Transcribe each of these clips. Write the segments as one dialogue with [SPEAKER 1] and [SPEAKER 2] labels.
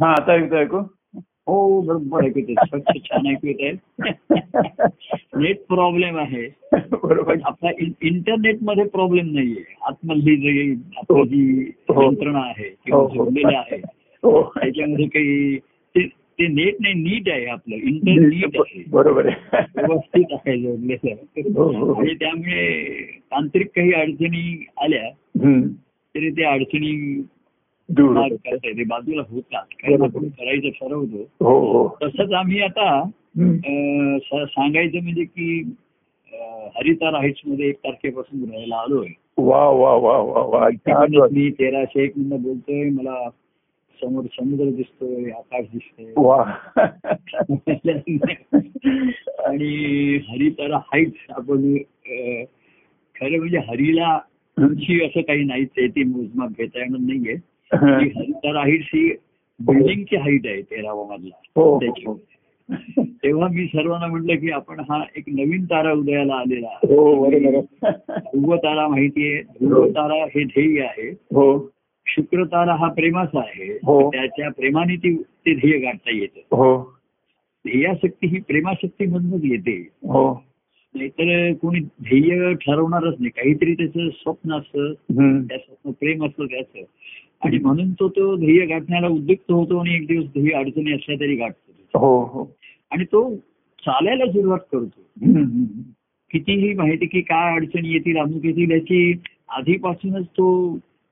[SPEAKER 1] हा आता ऐकतो ऐकू
[SPEAKER 2] हो बरोबर ऐकू येते स्वच्छ छान ऐकू येत आहे नेट प्रॉब्लेम आहे
[SPEAKER 1] बरोबर
[SPEAKER 2] पण आपला इंटरनेट मध्ये प्रॉब्लेम नाहीये आतमधली जी आपली जी
[SPEAKER 1] हो.
[SPEAKER 2] यंत्रणा आहे किंवा
[SPEAKER 1] हो, हो.
[SPEAKER 2] जोडलेलं आहे
[SPEAKER 1] हो
[SPEAKER 2] त्याच्यामध्ये काही ते- ते नेट नाही नीट आहे आपलं इंटरनेट आहे
[SPEAKER 1] बरोबर आहे
[SPEAKER 2] व्यवस्थित आहे जोडलेलं
[SPEAKER 1] हो, हो.
[SPEAKER 2] आणि त्यामुळे तांत्रिक काही अडचणी आल्या
[SPEAKER 1] हम्म.
[SPEAKER 2] तरी त्या अडचणी
[SPEAKER 1] हो, दूर
[SPEAKER 2] मार्ग करता येते बाजूला होतात कारण आपण करायचं ठरवतो
[SPEAKER 1] हो हो
[SPEAKER 2] तसंच आम्ही आता
[SPEAKER 1] हम्म.
[SPEAKER 2] अं, स- सांगायचं म्हणजे की अं, हरिता राईट्स मध्ये एक तारखेपासून राहायला आलोय
[SPEAKER 1] वा वा वा वा वा छान
[SPEAKER 2] त्यामुळे
[SPEAKER 1] वाटलं.
[SPEAKER 2] मी तेराशे एक मिनिट बोलतोय मला समोर समुद्र दिसतोय आकाश दिसतोय
[SPEAKER 1] वा
[SPEAKER 2] आणि हरितारा हाईट्स आपण अं, खरं म्हणजे हरीला
[SPEAKER 1] हो,
[SPEAKER 2] उंची असं काही नाहीच आहे ती मोजमाप घेता येणार नाहीये
[SPEAKER 1] हो.
[SPEAKER 2] ती हरितारा हाईट्स ही बिल्डिंगची हाईट आहे तेरावा मधला
[SPEAKER 1] हो
[SPEAKER 2] त्याची. तेव्हा मी सर्वांना म्हटलं की आपण हा एक नवीन तारा उदयाला आलेला आहे.
[SPEAKER 1] हो बरोबर हो. आहे.
[SPEAKER 2] ध्रुव तारा माहितीये ध्रुव तारा हे ध्येय आहे
[SPEAKER 1] हो
[SPEAKER 2] शुक्र तारा हा प्रेमाचा आहे
[SPEAKER 1] हो.
[SPEAKER 2] त्याच्या प्रेमाने ती ते ध्येय गाठता येतं
[SPEAKER 1] हो
[SPEAKER 2] ध्येयाशक्ती ही प्रेमाशक्ती म्हणूनच येते
[SPEAKER 1] हो
[SPEAKER 2] नाहीतर कोणी ध्येय ठरवणारच नाही काहीतरी त्याचं स्वप्न असतं
[SPEAKER 1] हम्म.
[SPEAKER 2] त्या स्वप्न प्रेम असतं त्याचं आणि म्हणून तो तो ध्येय गाठण्याला उद्युक्त होतो आणि एक दिवस ध्येय अडचणी असल्या तरी गाठतो
[SPEAKER 1] हो हो
[SPEAKER 2] आणि तो चालायला सुरुवात करतो
[SPEAKER 1] हम्म.
[SPEAKER 2] कितीही माहिती की काय अडचणी येतील अमुक येतील याची आधीपासूनच तो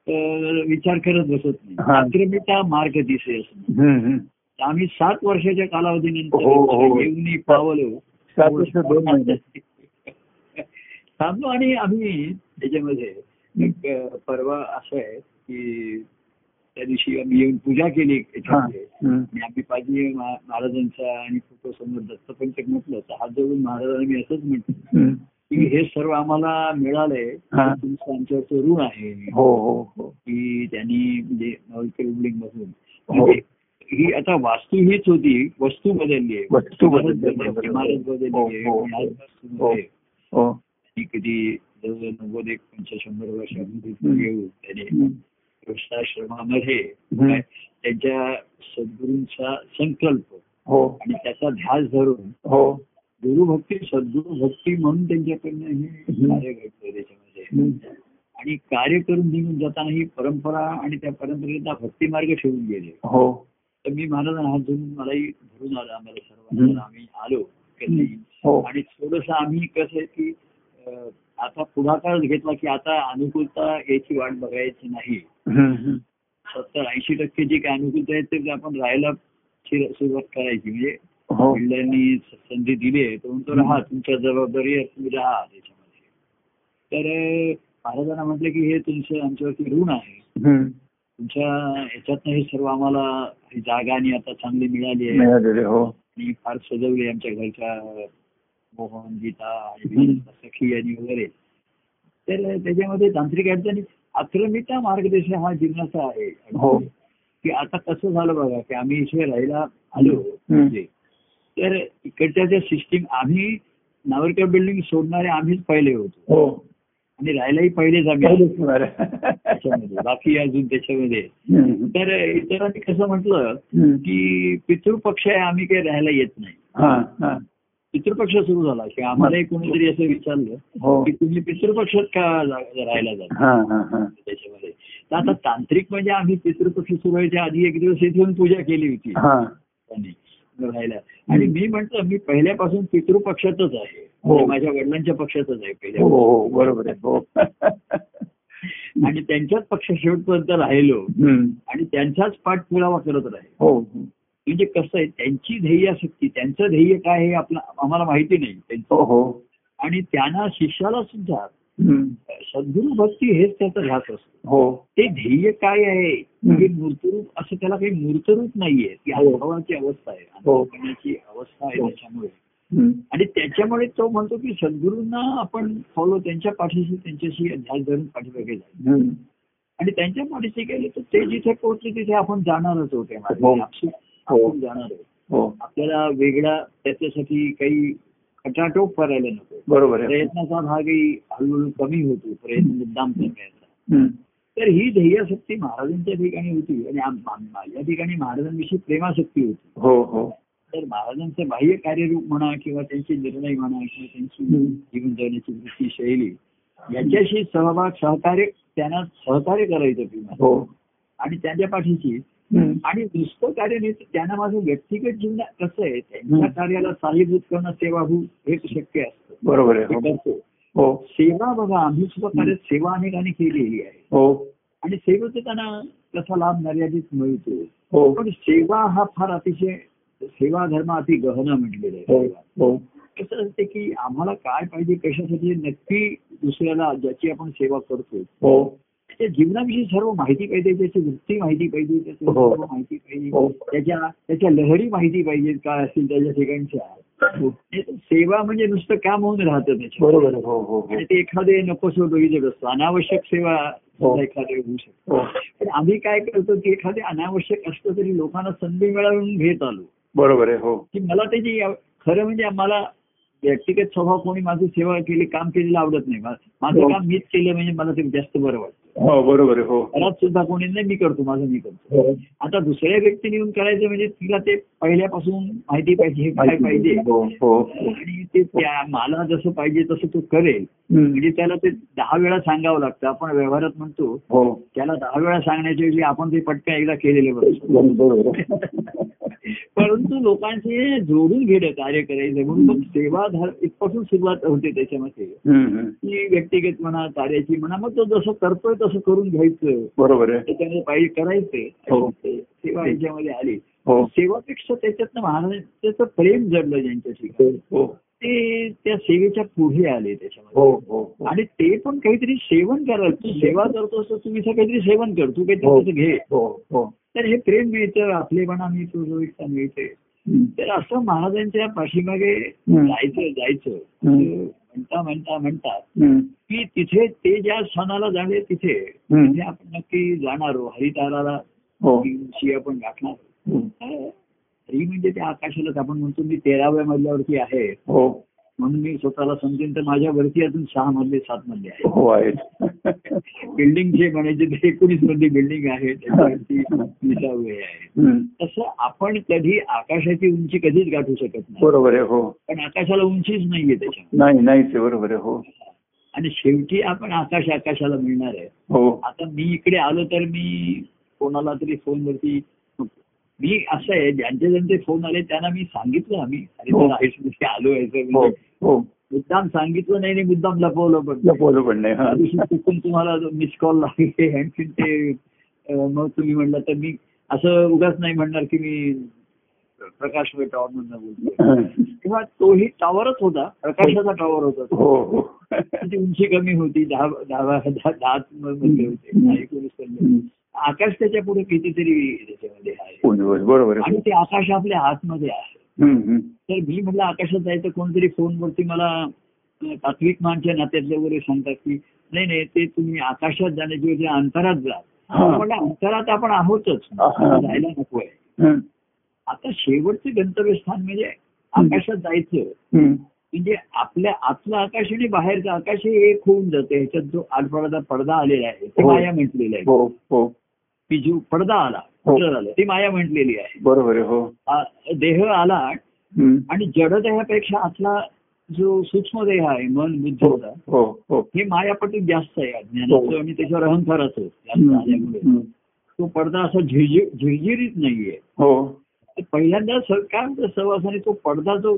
[SPEAKER 2] अं, विचार करत बसत
[SPEAKER 1] हा.
[SPEAKER 2] नाही अग्रमिता मार्ग दिसे असं
[SPEAKER 1] हम्म.
[SPEAKER 2] तर आम्ही सात वर्षाच्या कालावधीनंतर
[SPEAKER 1] हो, हो.
[SPEAKER 2] येऊन पावलं
[SPEAKER 1] सात वर्ष दोन महिने
[SPEAKER 2] थांबलो आणि आम्ही त्याच्यामध्ये एक, अं, परवा असं आहे की त्या दिवशी आम्ही येऊन पूजा केली
[SPEAKER 1] हा.
[SPEAKER 2] याच्यामध्ये
[SPEAKER 1] हम्म.
[SPEAKER 2] आणि आम्ही पाहिजे महाराजांचा आणि फोटो समोर दत्तपंचक म्हटलं होतं हात जोडून महाराजांना मी असंच म्हटलं
[SPEAKER 1] हम्म.
[SPEAKER 2] की हे सर्व आम्हाला मिळालंय
[SPEAKER 1] हा.
[SPEAKER 2] तुमचं आमच्यावरचं ऋण आहे
[SPEAKER 1] हो हो हो
[SPEAKER 2] की त्यांनी म्हणजे नॉवेल्टी बिल्डिंग मधून
[SPEAKER 1] हो.
[SPEAKER 2] म्हणजे ही आता वास्तू हीच होती वस्तू बदलली आहे
[SPEAKER 1] वस्तू बदलली आहे, बरोबर.
[SPEAKER 2] इमारत बदलली
[SPEAKER 1] हो, हो,
[SPEAKER 2] आहे
[SPEAKER 1] हो.
[SPEAKER 2] आज वास्तूमध्ये
[SPEAKER 1] हो
[SPEAKER 2] ती कधी जवळजवळ नव्वद एक पंचवीस शंभर वर्षामध्ये
[SPEAKER 1] हम्म.
[SPEAKER 2] येऊन त्याने
[SPEAKER 1] हम्म.
[SPEAKER 2] वृक्षाश्रमामध्ये
[SPEAKER 1] हम्म.
[SPEAKER 2] काय, त्यांच्या सद्गुरूंचा संकल्प
[SPEAKER 1] हो
[SPEAKER 2] आणि त्याचा ध्यास धरून
[SPEAKER 1] हो
[SPEAKER 2] गुरुभक्ती सद्गुरु भक्ती म्हणून त्यांच्याकडनं हे
[SPEAKER 1] हम्म.
[SPEAKER 2] कार्य घडतं त्याच्यामध्ये
[SPEAKER 1] हम्म.
[SPEAKER 2] आणि कार्य करून निघून जाताना ही परंपरा आणि त्या परंपरेचा भक्ती मार्ग ठेवून गेले
[SPEAKER 1] हो
[SPEAKER 2] तर मी महाराजांना हात धरून मलाही भरून आलं आम्हाला
[SPEAKER 1] हम्म.
[SPEAKER 2] सर्वांना आम्ही आलो कधी
[SPEAKER 1] हो
[SPEAKER 2] आणि थोडस आम्ही कसं आहे की अं, आता पुढाकार घेतला की आता अनुकूलता याची वाट बघायची नाही
[SPEAKER 1] हम्म. हम्म.
[SPEAKER 2] सत्तर ऐंशी टक्के जी काही अनुकूलता आहे ते आपण राहायला शिर- सुरुवात करायची म्हणजे
[SPEAKER 1] हो
[SPEAKER 2] वडिलांनी संधी दिली आहे तर म्हणतो राहा तुमच्या जबाबदारी आहे, तुम्ही राहा त्याच्यामध्ये तर अं, महाराजांना म्हटलं की हे तुमचं आमच्यावरती ऋण आहे
[SPEAKER 1] हम्म.
[SPEAKER 2] तुमच्या ह्याच्यातनं हे सर्व आम्हाला ही जागा आणि आता चांगली मिळाली आहे
[SPEAKER 1] मिळालेले हो
[SPEAKER 2] आणि फार सजवली आहे आमच्या घरच्या मोहन गीता आणि
[SPEAKER 1] हम्म.
[SPEAKER 2] विशेषतः सखी आणि वगैरे तर त्याच्यामध्ये तांत्रिक अडचणी आक्रमिता मार्गदर्शन हा जीवनाचा आहे
[SPEAKER 1] हो
[SPEAKER 2] की आता कसं झालं बघा की आम्ही इथे राहायला आलो
[SPEAKER 1] हम्म.
[SPEAKER 2] म्हणजे तर इकडच्या ज्या सिस्टीम आम्ही नावरकर बिल्डिंग सोडणारे आम्हीच पहिले होतो
[SPEAKER 1] हो
[SPEAKER 2] आणि राहायलाही पहिलेच आम्ही आलो
[SPEAKER 1] पहिलेच मिळाले.
[SPEAKER 2] त्याच्यामध्ये बाकी अजून त्याच्यामध्ये
[SPEAKER 1] हम्म.
[SPEAKER 2] तर इतरांनी कसं म्हटलं
[SPEAKER 1] हम्म.
[SPEAKER 2] की पितृपक्ष आहे आम्ही काही राहायला येत नाही
[SPEAKER 1] हा, हा.
[SPEAKER 2] पितृपक्ष सुरू झाला की आम्हालाही कोणीतरी असं विचारलं
[SPEAKER 1] हो
[SPEAKER 2] की तुम्ही पितृपक्षात का जा- राहायला जाता
[SPEAKER 1] हा हा हा
[SPEAKER 2] त्याच्यामध्ये तर आता तांत्रिक म्हणजे आम्ही पितृपक्ष सुरू व्हायच्या आधी एक दिवस इथून पूजा केली होती
[SPEAKER 1] हा
[SPEAKER 2] त्यांनी राहायला आणि मी म्हंटल मी पहिल्यापासून पितृपक्षातच आहे
[SPEAKER 1] हो.
[SPEAKER 2] म्हणजे माझ्या वडिलांच्या पक्षातच आहे
[SPEAKER 1] हो
[SPEAKER 2] पहिल्या
[SPEAKER 1] हो बरोबर आहे हो
[SPEAKER 2] आणि त्यांच्याच पक्ष शेवटपर्यंत राहिलो
[SPEAKER 1] हम्म.
[SPEAKER 2] आणि त्यांचाच पाठपुरावा करत राहिलो
[SPEAKER 1] हो
[SPEAKER 2] म्हणजे कसं आहे त्यांची ध्येयाशक्ती त्यांचं ध्येय काय हे आपलं आम्हाला माहिती नाही त्यांचं
[SPEAKER 1] हो हो
[SPEAKER 2] आणि त्यांना शिष्याला सुद्धा
[SPEAKER 1] हम्म.
[SPEAKER 2] सद्गुरु भक्ती हेच त्याचा ध्यास असतो
[SPEAKER 1] हो
[SPEAKER 2] ते ध्येय काय आहे हे मूर्तरूप असं त्याला काही मूर्तरूप नाहीये ती
[SPEAKER 1] हो.
[SPEAKER 2] अनुभवाची अवस्था आहे
[SPEAKER 1] हो.
[SPEAKER 2] अनुभवण्याची अवस्था आहे
[SPEAKER 1] हो.
[SPEAKER 2] त्याच्यामुळे
[SPEAKER 1] हम्म.
[SPEAKER 2] आणि त्याच्यामुळे तो म्हणतो की सद्गुरूंना आपण फॉलो त्यांच्या पाठीशी त्यांच्याशी ध्यास धरून पाठीमागे जायचं
[SPEAKER 1] हम्म.
[SPEAKER 2] आणि त्यांच्या पाठीशी गेले तर ते जिथे पोहोचले तिथे आपण जाणारच होते
[SPEAKER 1] हो.
[SPEAKER 2] आपण जाणार आहोत
[SPEAKER 1] हो
[SPEAKER 2] आपल्याला वेगळा त्याच्यासाठी काही खटाटोप करायला नको
[SPEAKER 1] बरोबर आहे
[SPEAKER 2] प्रयत्नाचा भागही हळूहळू कमी होतो प्रयत्न मुद्दाम करण्याचा
[SPEAKER 1] हम्म.
[SPEAKER 2] तर ही ध्येयशक्ती महाराजांच्या ठिकाणी होती आणि आम- आम- माझ्या ठिकाणी महाराजांविषयी प्रेमाशक्ती होती
[SPEAKER 1] हो हो
[SPEAKER 2] तर महाराजांचं बाह्य कार्यरूप म्हणा किंवा त्यांचे निर्णय म्हणा किंवा त्यांची
[SPEAKER 1] हम्म.
[SPEAKER 2] जीवन जगण्याची वृत्ती शैली याच्याशी सहभाग सहकार्य त्यांना सहकार्य करायचं होती
[SPEAKER 1] हो
[SPEAKER 2] आणि त्यांच्या पाठीशी
[SPEAKER 1] हम्म.
[SPEAKER 2] आणि नुसतं कार्य नाही तर त्यांना माझं व्यक्तिगत जीवनात कसं आहे त्यांच्या
[SPEAKER 1] हम्म.
[SPEAKER 2] कार्याला सारीभूत करणं सेवाभूत हे शक्य असतं
[SPEAKER 1] बरोबर आहे
[SPEAKER 2] ते
[SPEAKER 1] हो
[SPEAKER 2] करतो
[SPEAKER 1] हो
[SPEAKER 2] सेवा बघा आम्ही सुद्धा कार्य सेवा अनेकांनी केलेली आहे
[SPEAKER 1] हो
[SPEAKER 2] आणि सेवेचा त्यांना कसा लाभ मर्यादित मिळतो
[SPEAKER 1] हो
[SPEAKER 2] पण सेवा हा फार अतिशय सेवा धर्म अति गहन म्हटलेला आहे
[SPEAKER 1] हो
[SPEAKER 2] सेवा.
[SPEAKER 1] हो
[SPEAKER 2] कसं असते की आम्हाला काय पाहिजे कशासाठी नक्की दुसऱ्याला ज्याची आपण सेवा करतो
[SPEAKER 1] हो
[SPEAKER 2] त्याच्या जीवनाविषयी सर्व माहिती पाहिजे त्याची वृत्ती माहिती पाहिजे त्याची
[SPEAKER 1] हो.
[SPEAKER 2] सर्व माहिती पाहिजे
[SPEAKER 1] हो.
[SPEAKER 2] त्याच्या त्याच्या लहरी माहिती पाहिजे काय असतील त्याच्या ठिकाणच्या नाही तर सेवा म्हणजे नुसतं काम होऊन राहतं त्याच्या
[SPEAKER 1] हो. बरोबर आहे. हो हो
[SPEAKER 2] आणि ते एखादे नकोसो डोईजड असतं अनावश्यक सेवा
[SPEAKER 1] हो.
[SPEAKER 2] एखादे होऊ शकते
[SPEAKER 1] हो हो
[SPEAKER 2] पण आम्ही काय करतो की एखादे अनावश्यक असलं तरी लोकांना संधी मिळवून घेत आलो
[SPEAKER 1] बरोबर आहे हो
[SPEAKER 2] की मला त्याची आव- खरं म्हणजे मला व्यक्तिगत स्वभाव कोणी माझी सेवा केली काम केलेलं आवडत नाही मा- माझं
[SPEAKER 1] हो.
[SPEAKER 2] काम मीच केलं म्हणजे मला ते जास्त बरं वाटतं
[SPEAKER 1] हो बरोबर आहे हो
[SPEAKER 2] घरात सुद्धा कोणी नाही मी करतो माझं मी करतो
[SPEAKER 1] हो
[SPEAKER 2] आता दुसऱ्या व्यक्तीने येऊन करायचं म्हणजे तिला ते पहिल्यापासून माहिती पाहिजे हे काय पाहिजे
[SPEAKER 1] हो हो
[SPEAKER 2] आणि ते त्या मला जसं पाहिजे तसं तो करेल
[SPEAKER 1] हम्म.
[SPEAKER 2] म्हणजे त्याला ते दहा वेळा सांगावं लागतं आपण व्यवहारात म्हणतो
[SPEAKER 1] हो
[SPEAKER 2] त्याला दहा वेळा सांगण्याच्या ऐवजी आपण ते पटकन एकदा केलेले बरोबर
[SPEAKER 1] बरोबर आहे.
[SPEAKER 2] परंतु लोकांचे जोडून घेणं कार्य करायचं म्हणून मग सेवा धा- इथपासून सुरुवात होते त्याच्यामध्ये
[SPEAKER 1] हम्म, हम्म.
[SPEAKER 2] की व्यक्तिगत म्हणा कार्याची म्हणा मग तो जसं करतोय तसं करून घ्यायचं
[SPEAKER 1] बरोबर आहे
[SPEAKER 2] त्याच्यामध्ये पाहिजे करायचं
[SPEAKER 1] हो.
[SPEAKER 2] ते सेवा याच्यामध्ये आली
[SPEAKER 1] हो
[SPEAKER 2] सेवापेक्षा त्याच्यातनं महाराजांचं प्रेम जडलं ज्यांच्या ठिकाणी
[SPEAKER 1] हो
[SPEAKER 2] ते त्या सेवेच्या पुढे आले त्याच्यामध्ये
[SPEAKER 1] हो हो हो.
[SPEAKER 2] आणि ते पण काहीतरी सेवन कराल तू सेवा करतो असं तुम्ही काहीतरी सेवन कर तू
[SPEAKER 1] हो.
[SPEAKER 2] काहीतरी त्याचं घे
[SPEAKER 1] हो हो
[SPEAKER 2] तर हे प्रेम मिळतं आपलेपणा मिळतो रोहितता मिळते
[SPEAKER 1] हम्म.
[SPEAKER 2] तर असं महाराजांच्या पाठीमागे
[SPEAKER 1] हम्म.
[SPEAKER 2] जायचं जायचं
[SPEAKER 1] हम्म.
[SPEAKER 2] म्हणता म्हणता म्हणता
[SPEAKER 1] हम्म.
[SPEAKER 2] की तिथे ते ज्या सणाला जाणे तिथे तिथे
[SPEAKER 1] हम्म.
[SPEAKER 2] आपण नक्की जाणार हरिताराला
[SPEAKER 1] हो
[SPEAKER 2] दिवशी आपण गाठणार
[SPEAKER 1] हम्म.
[SPEAKER 2] हरी म्हणजे त्या आकाशालाच आपण म्हणतो मी तेराव्या मजल्यावरती आहे
[SPEAKER 1] हो
[SPEAKER 2] म्हणून मी स्वतःला समजेन तर माझ्या वरती अजून सहा मजले सात मजले आहेत
[SPEAKER 1] हो आहेत
[SPEAKER 2] बिल्डिंग जे म्हणायचे ते एकोणीस मधली बिल्डिंग आहे त्याच्यावरती विसावे आहे
[SPEAKER 1] हम्म.
[SPEAKER 2] तसं आपण कधी आकाशाची उंची कधीच गाठू शकत नाही
[SPEAKER 1] बरोबर आहे हो
[SPEAKER 2] पण आकाशाला उंचीच नाहीये त्याच्यामध्ये
[SPEAKER 1] नाही नाहीच आहे बरोबर आहे हो
[SPEAKER 2] आणि शेवटी आपण आकाश आकाशाला मिळणार आहे
[SPEAKER 1] हो
[SPEAKER 2] आता मी इकडे आलो तर मी कोणाला तरी फोनवरती मी असं आहे ज्यांचे ज्यांचे फोन आले त्यांना मी सांगितलं आम्ही अरे
[SPEAKER 1] हो.
[SPEAKER 2] मला आयुष्यामध्ये आलो आहे तर
[SPEAKER 1] हो
[SPEAKER 2] म्हणजे
[SPEAKER 1] हो
[SPEAKER 2] मुद्दाम सांगितलं नाही आणि मुद्दाम लपवलं पण
[SPEAKER 1] या बोलू पण नाही
[SPEAKER 2] त्या दिवशी
[SPEAKER 1] हा
[SPEAKER 2] चुकून तुम्हाला मिस कॉल लागले आणखी ते अं, मग तुम्ही म्हणला तर मी असं उगाच नाही म्हणणार की मी प्रकाश टॉवर मधनं बोलतोय तेव्हा तोही टॉवरच होता प्रकाशाचा टॉवर होता तो.
[SPEAKER 1] हो हो
[SPEAKER 2] त्याची उंची कमी होती दहा दहा दहा दहा मध्ये होते दहा एकोणीस मध्ये. आकाश त्याच्या पुढे कितीतरी त्याच्यामध्ये आहे
[SPEAKER 1] कोण दिवस बरोबर आहे
[SPEAKER 2] आणि ते आकाश आपल्या आतमध्ये आहे
[SPEAKER 1] हम्म, हम्म.
[SPEAKER 2] तर मी म्हटलं आकाशात जायचं कोणतरी फोनवरती मला अं, तात्विक मानच्या नात्यातले वगैरे सांगतात की नाही नाही ते तुम्ही आकाशात जाण्याची वगैरे अंतरात जा
[SPEAKER 1] हा.
[SPEAKER 2] म्हटलं अंतरात आपण आहोतच
[SPEAKER 1] हा.
[SPEAKER 2] जायला नकोय
[SPEAKER 1] हम्म,
[SPEAKER 2] आता शेवटचे गंतव्यस्थान म्हणजे आकाशात जायचं
[SPEAKER 1] हम्म.
[SPEAKER 2] म्हणजे आपल्या आतलं आकाश आणि बाहेरचं आकाश हे एक होऊन जातं ह्याच्यात जो आडपडाचा पडदा आलेला आहे ते
[SPEAKER 1] हो.
[SPEAKER 2] माया म्हटलेलं आहे
[SPEAKER 1] हो हो
[SPEAKER 2] की जीव पडदा आला
[SPEAKER 1] हो.
[SPEAKER 2] पडदा आलं ती माया म्हटलेली आहे
[SPEAKER 1] बरोबर आहे हो
[SPEAKER 2] आ- देह आला
[SPEAKER 1] हम्म.
[SPEAKER 2] आणि जडदेहापेक्षा आतला जो सूक्ष्मदेह आहे मन
[SPEAKER 1] हो
[SPEAKER 2] बुद्धीचा
[SPEAKER 1] हो हो
[SPEAKER 2] हे मायापटीत जास्त आहे अज्ञानाचं
[SPEAKER 1] हो.
[SPEAKER 2] आणि त्याच्यावर अहंकाराचं जास्त
[SPEAKER 1] हम्म,
[SPEAKER 2] आल्यामुळे
[SPEAKER 1] हम्म.
[SPEAKER 2] तो पडदा असा झिरझिर झिरझिरीत नाहीये
[SPEAKER 1] हो
[SPEAKER 2] तर पहिल्यांदा सर- काय म्हणतात सहवासाने तो पडदा जो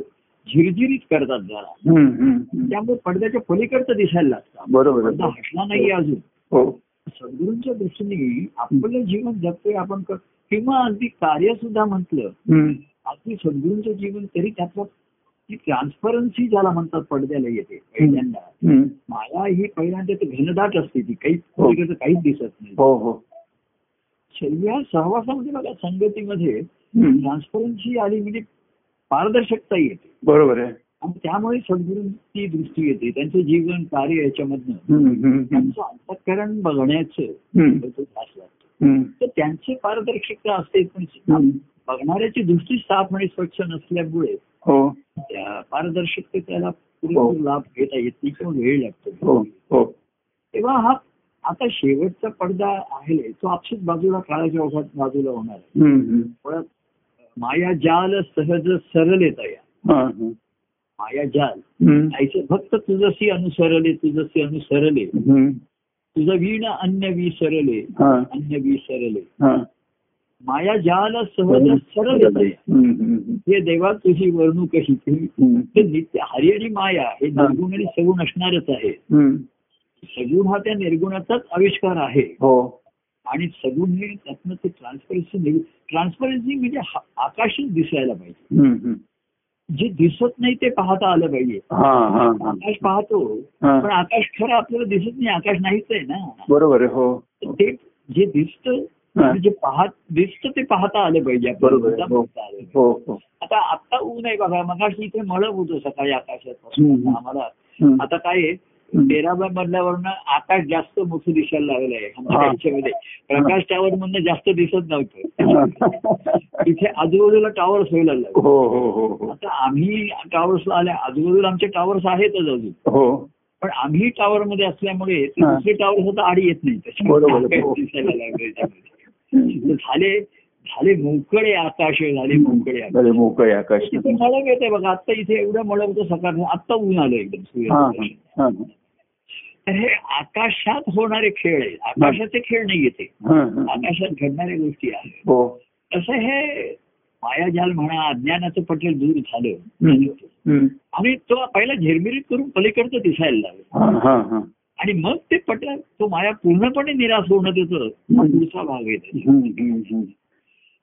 [SPEAKER 2] झिरझिरीत करतात जरा
[SPEAKER 1] हम्म, हम्म, हम्म.
[SPEAKER 2] त्यामुळे पडद्याच्या पलीकडचं दिसायला लागतं
[SPEAKER 1] बरोबर
[SPEAKER 2] पडदा
[SPEAKER 1] आहे
[SPEAKER 2] हटला नाहीये अजून
[SPEAKER 1] हो
[SPEAKER 2] सद्गुरूंच्या दृष्टीने आपलं जीवन जगतोय आपण कर- किंवा अगदी कार्य सुद्धा म्हटलं
[SPEAKER 1] हम्म.
[SPEAKER 2] आपली सद्गुरूंचं जीवन तरी त्यातला ती ट्रान्सपरन्सी ज्याला म्हणतात पडद्याला येते पहिल्यांदा
[SPEAKER 1] हम्म.
[SPEAKER 2] माया ही पहिल्यांदा ते घनदाट असते ती काही
[SPEAKER 1] हो.
[SPEAKER 2] पलीकडचं काहीच दिसत नाही
[SPEAKER 1] हो हो
[SPEAKER 2] शरीरा सहवासामध्ये बघा संगतीमध्ये
[SPEAKER 1] हम्म.
[SPEAKER 2] ट्रान्सपरन्सी आली म्हणजे पारदर्शकता येते
[SPEAKER 1] बरोबर आहे
[SPEAKER 2] आणि त्यामुळे सद्गुरूंची दृष्टी येते त्यांचं जीवन कार्य याच्यामधनं
[SPEAKER 1] हम्म, हम्म, हम्म.
[SPEAKER 2] त्यांचं अंतःकरण बघण्याचं
[SPEAKER 1] हम्म,
[SPEAKER 2] तो त्रास लागतो
[SPEAKER 1] हम्म.
[SPEAKER 2] तर त्यांची पारदर्शकता असते पण
[SPEAKER 1] हम्म.
[SPEAKER 2] बघणाऱ्याची दृष्टी साफ आणि स्वच्छ नसल्यामुळे
[SPEAKER 1] हो
[SPEAKER 2] त्या पारदर्शकतेला पुरेपूर लाभ घेता येत नाही किंवा वेळ लागतो
[SPEAKER 1] हो हो
[SPEAKER 2] तेव्हा हा आता शेवटचा पडदा आहे तो आपशीच बाजूला काळाच्या ओघात बाजूला होणार आहे
[SPEAKER 1] हम्म, हम्म.
[SPEAKER 2] पण माया जाल सहज सरले तया
[SPEAKER 1] हा, हा.
[SPEAKER 2] माया जाल
[SPEAKER 1] हम्म,
[SPEAKER 2] आईचं भक्त तुझसी अनुसरले तुझसी अनुसरले
[SPEAKER 1] हम्म.
[SPEAKER 2] तुझं वीण अन्य विसरले
[SPEAKER 1] हा,
[SPEAKER 2] अन्य विसरले
[SPEAKER 1] हा.
[SPEAKER 2] माया जाल सहज सरले तया
[SPEAKER 1] हम्म, हम्म,
[SPEAKER 2] हे देवा तुझी वर्णूक ही ती.
[SPEAKER 1] हम्म.
[SPEAKER 2] ते नित्य हरी आणि माया हे निर्गुण आणि सगुण असणारच आहे
[SPEAKER 1] हम्म.
[SPEAKER 2] सगुण हा त्या निर्गुणाचाच आविष्कार आहे
[SPEAKER 1] हो
[SPEAKER 2] आणि सगुण हे त्यातनं ते ट्रान्सपरन्सी ट्रान्सपरन्सी म्हणजे हा- आकाशात दिसायला पाहिजे
[SPEAKER 1] हम्म, हम्म.
[SPEAKER 2] जे दिसत नाही ते पाहता आलं पाहिजे
[SPEAKER 1] हा हा हा.
[SPEAKER 2] आकाश पाहतो
[SPEAKER 1] हा.
[SPEAKER 2] पण आकाश खरं आपल्याला दिसत नाही आकाश नाहीच आहे ना
[SPEAKER 1] बरोबर आहे हो
[SPEAKER 2] तर ते जे दिसत
[SPEAKER 1] हा.
[SPEAKER 2] जे पाहत दिसत ते पाहता आलं पाहिजे आपल्याला
[SPEAKER 1] बरोबर आहे.
[SPEAKER 2] मुद्दाम पाहता आलं पाहिजे.
[SPEAKER 1] हो हो
[SPEAKER 2] आता आता ऊन आहे बघा मग इथे मळप होतं सकाळी आकाशात
[SPEAKER 1] हम्म.
[SPEAKER 2] आम्हाला
[SPEAKER 1] हम्म.
[SPEAKER 2] आता काय आहे तेराव्या मधल्यावरनं आकाश जास्त मोठं दिसायला लागलं आहे
[SPEAKER 1] हा.
[SPEAKER 2] आमच्या आयुष्यामध्ये प्रकाश टावर मधनं जास्त दिसत नव्हतं
[SPEAKER 1] हो
[SPEAKER 2] इथे आजूबाजूला टॉवर्स व्हायला लागले
[SPEAKER 1] हो हो हो
[SPEAKER 2] आता आम्ही टॉवर्सला आल्या आजूबाजूला आमचे टॉवर्स आहेतच अजून
[SPEAKER 1] हो
[SPEAKER 2] पण आम्ही टॉवर मध्ये असल्यामुळे ते
[SPEAKER 1] हा.
[SPEAKER 2] दुसरे टॉवर्स आता आड येत नाही त्याच्यामुळे
[SPEAKER 1] बरोबर.
[SPEAKER 2] आकाश दिसायला लागलंय त्यामध्ये. तर झाले झाले मोकळे आकाश झाले मोकळे आकाश
[SPEAKER 1] अरे मोकळे आकाश
[SPEAKER 2] तिथे मळब येते बघा आता इथे एवढं मळब होतं सकाळ आत्ता ऊन आलं एकदम
[SPEAKER 1] हा
[SPEAKER 2] सूर्य
[SPEAKER 1] हा
[SPEAKER 2] तर हे आकाशात होणारे खेळ आहेत आकाशाचे खेळ नाही येते
[SPEAKER 1] हा हा.
[SPEAKER 2] आकाशात घडणाऱ्या गोष्टी आहेत
[SPEAKER 1] हो
[SPEAKER 2] तसं हे मायाजाल म्हणा अज्ञानाचं पटेल दूर झालं
[SPEAKER 1] हम्म. हम्म.
[SPEAKER 2] आणि तो पहिला झिरमिरीत करून पलीकडचं दिसायला लागलं
[SPEAKER 1] हा हा हा
[SPEAKER 2] आणि मग ते पटलं तो माया पूर्णपणे निराश होणं त्याचं हा पुढचा भाग आहे त्याचा.
[SPEAKER 1] हम्म, हम्म, हम्म.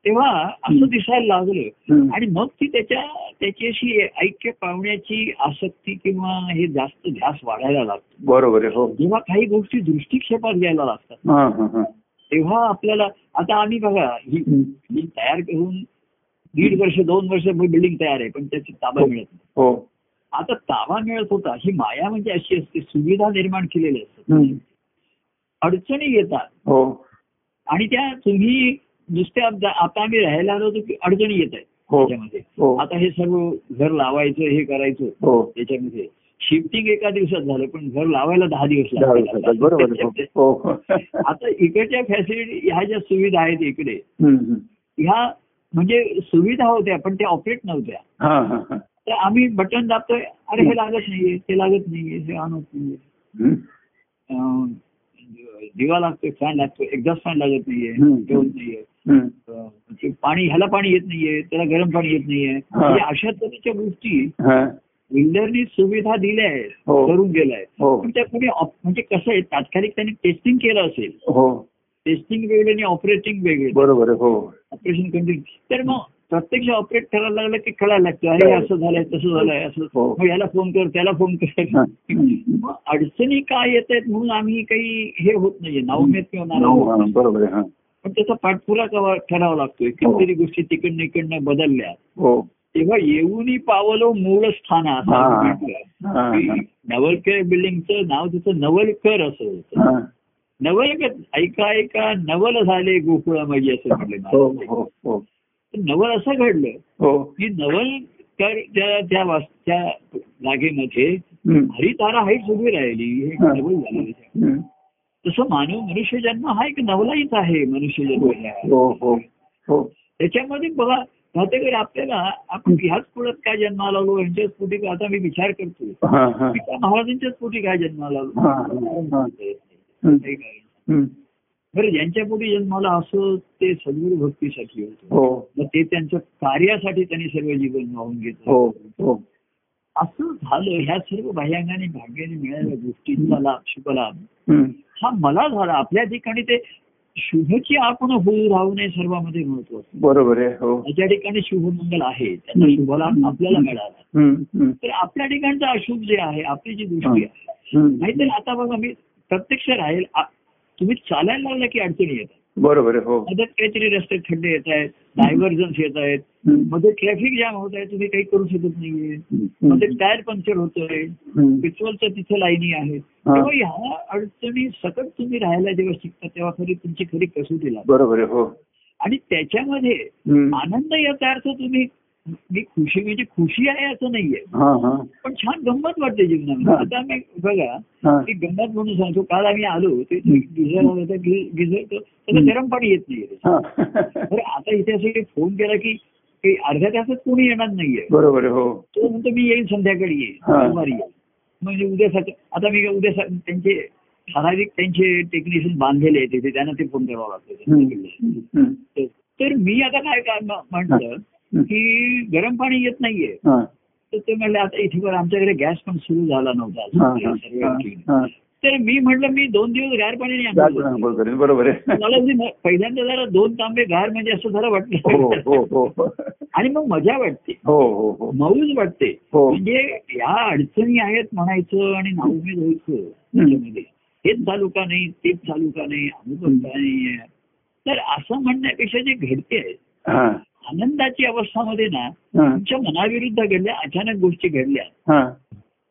[SPEAKER 2] तेव्हा असं दिसायला लागलं
[SPEAKER 1] हम्म.
[SPEAKER 2] आणि मग ती त्याच्या त्याच्याशी ऐक्य पावण्याची आसक्ती किंवा हे जास्त ध्यास वाढायला लागतो
[SPEAKER 1] बरोबर आहे हो
[SPEAKER 2] जेव्हा काही गोष्टी दृष्टिक्षेपात घ्यायला लागतात
[SPEAKER 1] हा हा हा
[SPEAKER 2] तेव्हा आपल्याला आता आम्ही बघा ही
[SPEAKER 1] हम्म.
[SPEAKER 2] बिल्डिंग तयार करून दीड वर्ष दोन वर्ष बिल्डिंग तयार आहे पण त्याची ताबा मिळत नाही
[SPEAKER 1] हो
[SPEAKER 2] आता ताबा मिळत होता ही माया म्हणजे अशी असते सुविधा निर्माण केलेल्या असतात
[SPEAKER 1] हम्म.
[SPEAKER 2] अडचणी येतात
[SPEAKER 1] हो
[SPEAKER 2] आणि त्या तुम्ही नुसत्या आता- आता आम्ही राहायला आलो होतो की अडचणी येत आहेत
[SPEAKER 1] हो
[SPEAKER 2] त्याच्यामध्ये
[SPEAKER 1] हो
[SPEAKER 2] आता हे सर्व घर लावायचं हे करायचं
[SPEAKER 1] हो
[SPEAKER 2] त्याच्यामध्ये शिफ्टिंग एका दिवसात झालं पण घर लावायला दहा दिवस
[SPEAKER 1] दहा दिवसात. बरोबर आहे.
[SPEAKER 2] लागतात
[SPEAKER 1] हो हो
[SPEAKER 2] आता इकडच्या फॅसिलिटी ह्या ज्या सुविधा आहेत इकडे
[SPEAKER 1] हम्म, हम्म.
[SPEAKER 2] ह्या म्हणजे सुविधा होत्या पण त्या ऑपरेट नव्हत्या
[SPEAKER 1] हा हा हा
[SPEAKER 2] तर आम्ही बटन दाबतोय अरे हे लागत नाहीये ते लागत नाहीये हे ऑन होत नाहीये
[SPEAKER 1] हम्म.
[SPEAKER 2] अं, दिवा लागतोय फॅन लागतोय एक्झॉस्ट फॅन लागत नाहीये
[SPEAKER 1] हम्म.
[SPEAKER 2] हे होत नाहीये
[SPEAKER 1] हम्म.
[SPEAKER 2] अं, ते पाणी ह्याला पाणी येत नाहीये त्याला गरम पाणी येत नाहीये म्हणजे अशा तऱ्हेच्या गोष्टी
[SPEAKER 1] हा.
[SPEAKER 2] बिल्डरनी सुविधा दिल्या आहेत
[SPEAKER 1] हो.
[SPEAKER 2] करून गेलाय
[SPEAKER 1] हो
[SPEAKER 2] पण त्या कुठे ऑप- म्हणजे कसं आहे तात्कालिक त्यांनी टेस्टिंग केलं असेल
[SPEAKER 1] हो
[SPEAKER 2] टेस्टिंग वेगळे आणि ऑपरेटिंग वेगळे
[SPEAKER 1] बरोबर आहे. हो
[SPEAKER 2] ऑपरेशन कंटिन्यू तर मग प्रत्यक्ष ऑपरेट करायला लागलं की कळायला लागतं अरे असं झालंय तसं झालंय असं
[SPEAKER 1] हो.
[SPEAKER 2] मग याला फोन कर त्याला फोन कर
[SPEAKER 1] हा.
[SPEAKER 2] मग अडचणी काय येत आहेत म्हणून आम्ही काही हे होत नाहीये नावमेत किंवा नाराज होत
[SPEAKER 1] हो,
[SPEAKER 2] नाही.
[SPEAKER 1] बरोबर आहे. हा.
[SPEAKER 2] पण त्याचा पाठपुरा करावा- करावा लागतोय कितीतरी गोष्टी तिकडनं इकडनं बदलल्या
[SPEAKER 1] हो
[SPEAKER 2] तेव्हा येऊनही पावलो मूळ स्थान असं
[SPEAKER 1] हा.
[SPEAKER 2] आम्ही म्हटलं.
[SPEAKER 1] हा, हा.
[SPEAKER 2] की नवलकर बिल्डिंगचं नाव तिचं नवलकर असं होतं
[SPEAKER 1] हा.
[SPEAKER 2] नवलकर ऐका ऐका नवल झाले गोकुळामाई असं
[SPEAKER 1] हो
[SPEAKER 2] म्हटलं
[SPEAKER 1] हो हो
[SPEAKER 2] नवल असं घडलं
[SPEAKER 1] हो
[SPEAKER 2] की नवलकर त्या त्या वास- त्या जागेमध्ये
[SPEAKER 1] हम्म.
[SPEAKER 2] हरितारा हाईट उभी राहिली हे
[SPEAKER 1] हा.
[SPEAKER 2] नवल झालं
[SPEAKER 1] हम्म.
[SPEAKER 2] तसं मानव मनुष्य जन्म हा एक नवलाहीच आहे मनुष्य जन्म हा.
[SPEAKER 1] हो हो हो
[SPEAKER 2] त्याच्यामध्ये बघा प्रत्येकाने आपल्याला आपण ह्याच कुळात काय जन्माला आलो यांच्याच पोटी का- आता मी विचार करतो
[SPEAKER 1] हा हा
[SPEAKER 2] की त्या महाराजांच्याच पोटी काय जन्माला
[SPEAKER 1] हा, हा.
[SPEAKER 2] आलो
[SPEAKER 1] हम्म.
[SPEAKER 2] काही कारण.
[SPEAKER 1] हम्म.
[SPEAKER 2] बरं ज्यांच्या पोटी जन्माला असो ते सद्गुरु भक्तीसाठी होतो
[SPEAKER 1] हो
[SPEAKER 2] मग ते त्यांच्या कार्यासाठी त्यांनी सर्व जीवन वाहून घेतलं
[SPEAKER 1] हो हो
[SPEAKER 2] असं झालं ह्या सर्व भायंगाने भाग्याने मिळाल्या गोष्टींचा लाभ शुभ लाभ
[SPEAKER 1] हम्म.
[SPEAKER 2] हा मला झाला आपल्या ठिकाणी ते शुभची आपण होऊ राहू नये सर्वांमध्ये महत्वाचं
[SPEAKER 1] बरोबर आहे हो
[SPEAKER 2] त्याच्या ठिकाणी शुभमंगल आहे त्यांना
[SPEAKER 1] हम्म.
[SPEAKER 2] शुभलाभ आपल्याला मिळाला
[SPEAKER 1] हम्म. हम्म.
[SPEAKER 2] तर आपल्या ठिकाणचं अशुभ जे आहे आपली जी दृष्टी आहे
[SPEAKER 1] हम्म.
[SPEAKER 2] नाहीतर आता बघा मी प्रत्यक्ष राहील आ- तुम्ही चालायला लागला की अडचणी येतात
[SPEAKER 1] बरोबर आहे हो
[SPEAKER 2] मदत काहीतरी रस्ते खड्डे येत आहेत डायव्हर्जन्स येत आहेत
[SPEAKER 1] हम्म.
[SPEAKER 2] मध्ये ट्रॅफिक जाम होत आहे तुम्ही काही करू शकत नाहीये मध्ये
[SPEAKER 1] हम्म.
[SPEAKER 2] टायर पंक्चर होतोय
[SPEAKER 1] हम्म.
[SPEAKER 2] पेट्रोलच्या तिथे लाईनी आहेत
[SPEAKER 1] हा.
[SPEAKER 2] तेव्हा ह्या अडचणी सकट तुम्ही राहायला जेव्हा शिकता तेव्हा खरी तुमची खरी कसोटी लागते
[SPEAKER 1] बरोबर आहे हो
[SPEAKER 2] आणि त्याच्यामध्ये
[SPEAKER 1] हम्म.
[SPEAKER 2] आनंद याचा अर्थ तुम्ही मी खुशी म्हणजे खुशी आहे असं नाहीये
[SPEAKER 1] हा हा
[SPEAKER 2] पण छान गंमत वाटते जीवनामध्ये
[SPEAKER 1] हा.
[SPEAKER 2] आता मी बघा
[SPEAKER 1] हा
[SPEAKER 2] ती गंमत म्हणून सांगतो काल आम्ही आलो ते गिझर होता गिझर तो- त्याला गरम पाणी येत नाहीये
[SPEAKER 1] हा
[SPEAKER 2] बरं आता इथे असं फोन केला की काही अर्ध्या तासात कोणी येणार नाहीये
[SPEAKER 1] बरोबर आहे, हो
[SPEAKER 2] तो म्हणतो मी येईल संध्याकाळी येईल
[SPEAKER 1] हा.
[SPEAKER 2] सोमवारी येईल म्हणजे उद्या सकाळ आता मी उद्या सक- त्यांचे ठराविक त्यांचे टेक्निशियन बांधलेले आहेत तिथे त्यांना ते फोन करावा लागतो त्यांच्याकडे.
[SPEAKER 1] हम्म, हम्म,
[SPEAKER 2] तर- तर मी आता काय काय म- म्हटलं
[SPEAKER 1] हं.
[SPEAKER 2] की गरम पाणी येत नाहीये
[SPEAKER 1] हा,
[SPEAKER 2] तर ते म्हणले आता इथे बरं आमच्याकडे गॅस पण सुरू झाला नव्हता अजून.
[SPEAKER 1] हा,
[SPEAKER 2] ते
[SPEAKER 1] हा,
[SPEAKER 2] सर्व
[SPEAKER 1] हा,
[SPEAKER 2] आणखी.
[SPEAKER 1] हा.
[SPEAKER 2] तर मी म्हटलं मी दोन दिवस गार पाण्याने
[SPEAKER 1] जात
[SPEAKER 2] आंघोळ
[SPEAKER 1] राहा,
[SPEAKER 2] करतो.
[SPEAKER 1] बरोबर आहे, बरोबर आहे
[SPEAKER 2] मला अगदी म- पहिल्यांदा जरा दोन तांबे गार म्हणजे असं
[SPEAKER 1] हो
[SPEAKER 2] जरा
[SPEAKER 1] हो
[SPEAKER 2] वाटलं
[SPEAKER 1] हो हो
[SPEAKER 2] आणि मग मजा वाटते
[SPEAKER 1] हो हो
[SPEAKER 2] मौज वाटते
[SPEAKER 1] हो.
[SPEAKER 2] म्हणजे या अडचणी आहेत म्हणायचं आणि नाउमेद व्हायचं त्याच्यामध्ये हेच चालू का नाही तेच चालू का नाही अमुक का नाही तर असं म्हणण्यापेक्षा जे घडते आहे,
[SPEAKER 1] हा,
[SPEAKER 2] आनंदाची अवस्थामध्ये ना
[SPEAKER 1] हा,
[SPEAKER 2] तुमच्या मनाविरुद्ध घडल्या अचानक गोष्टी घडल्या
[SPEAKER 1] हा.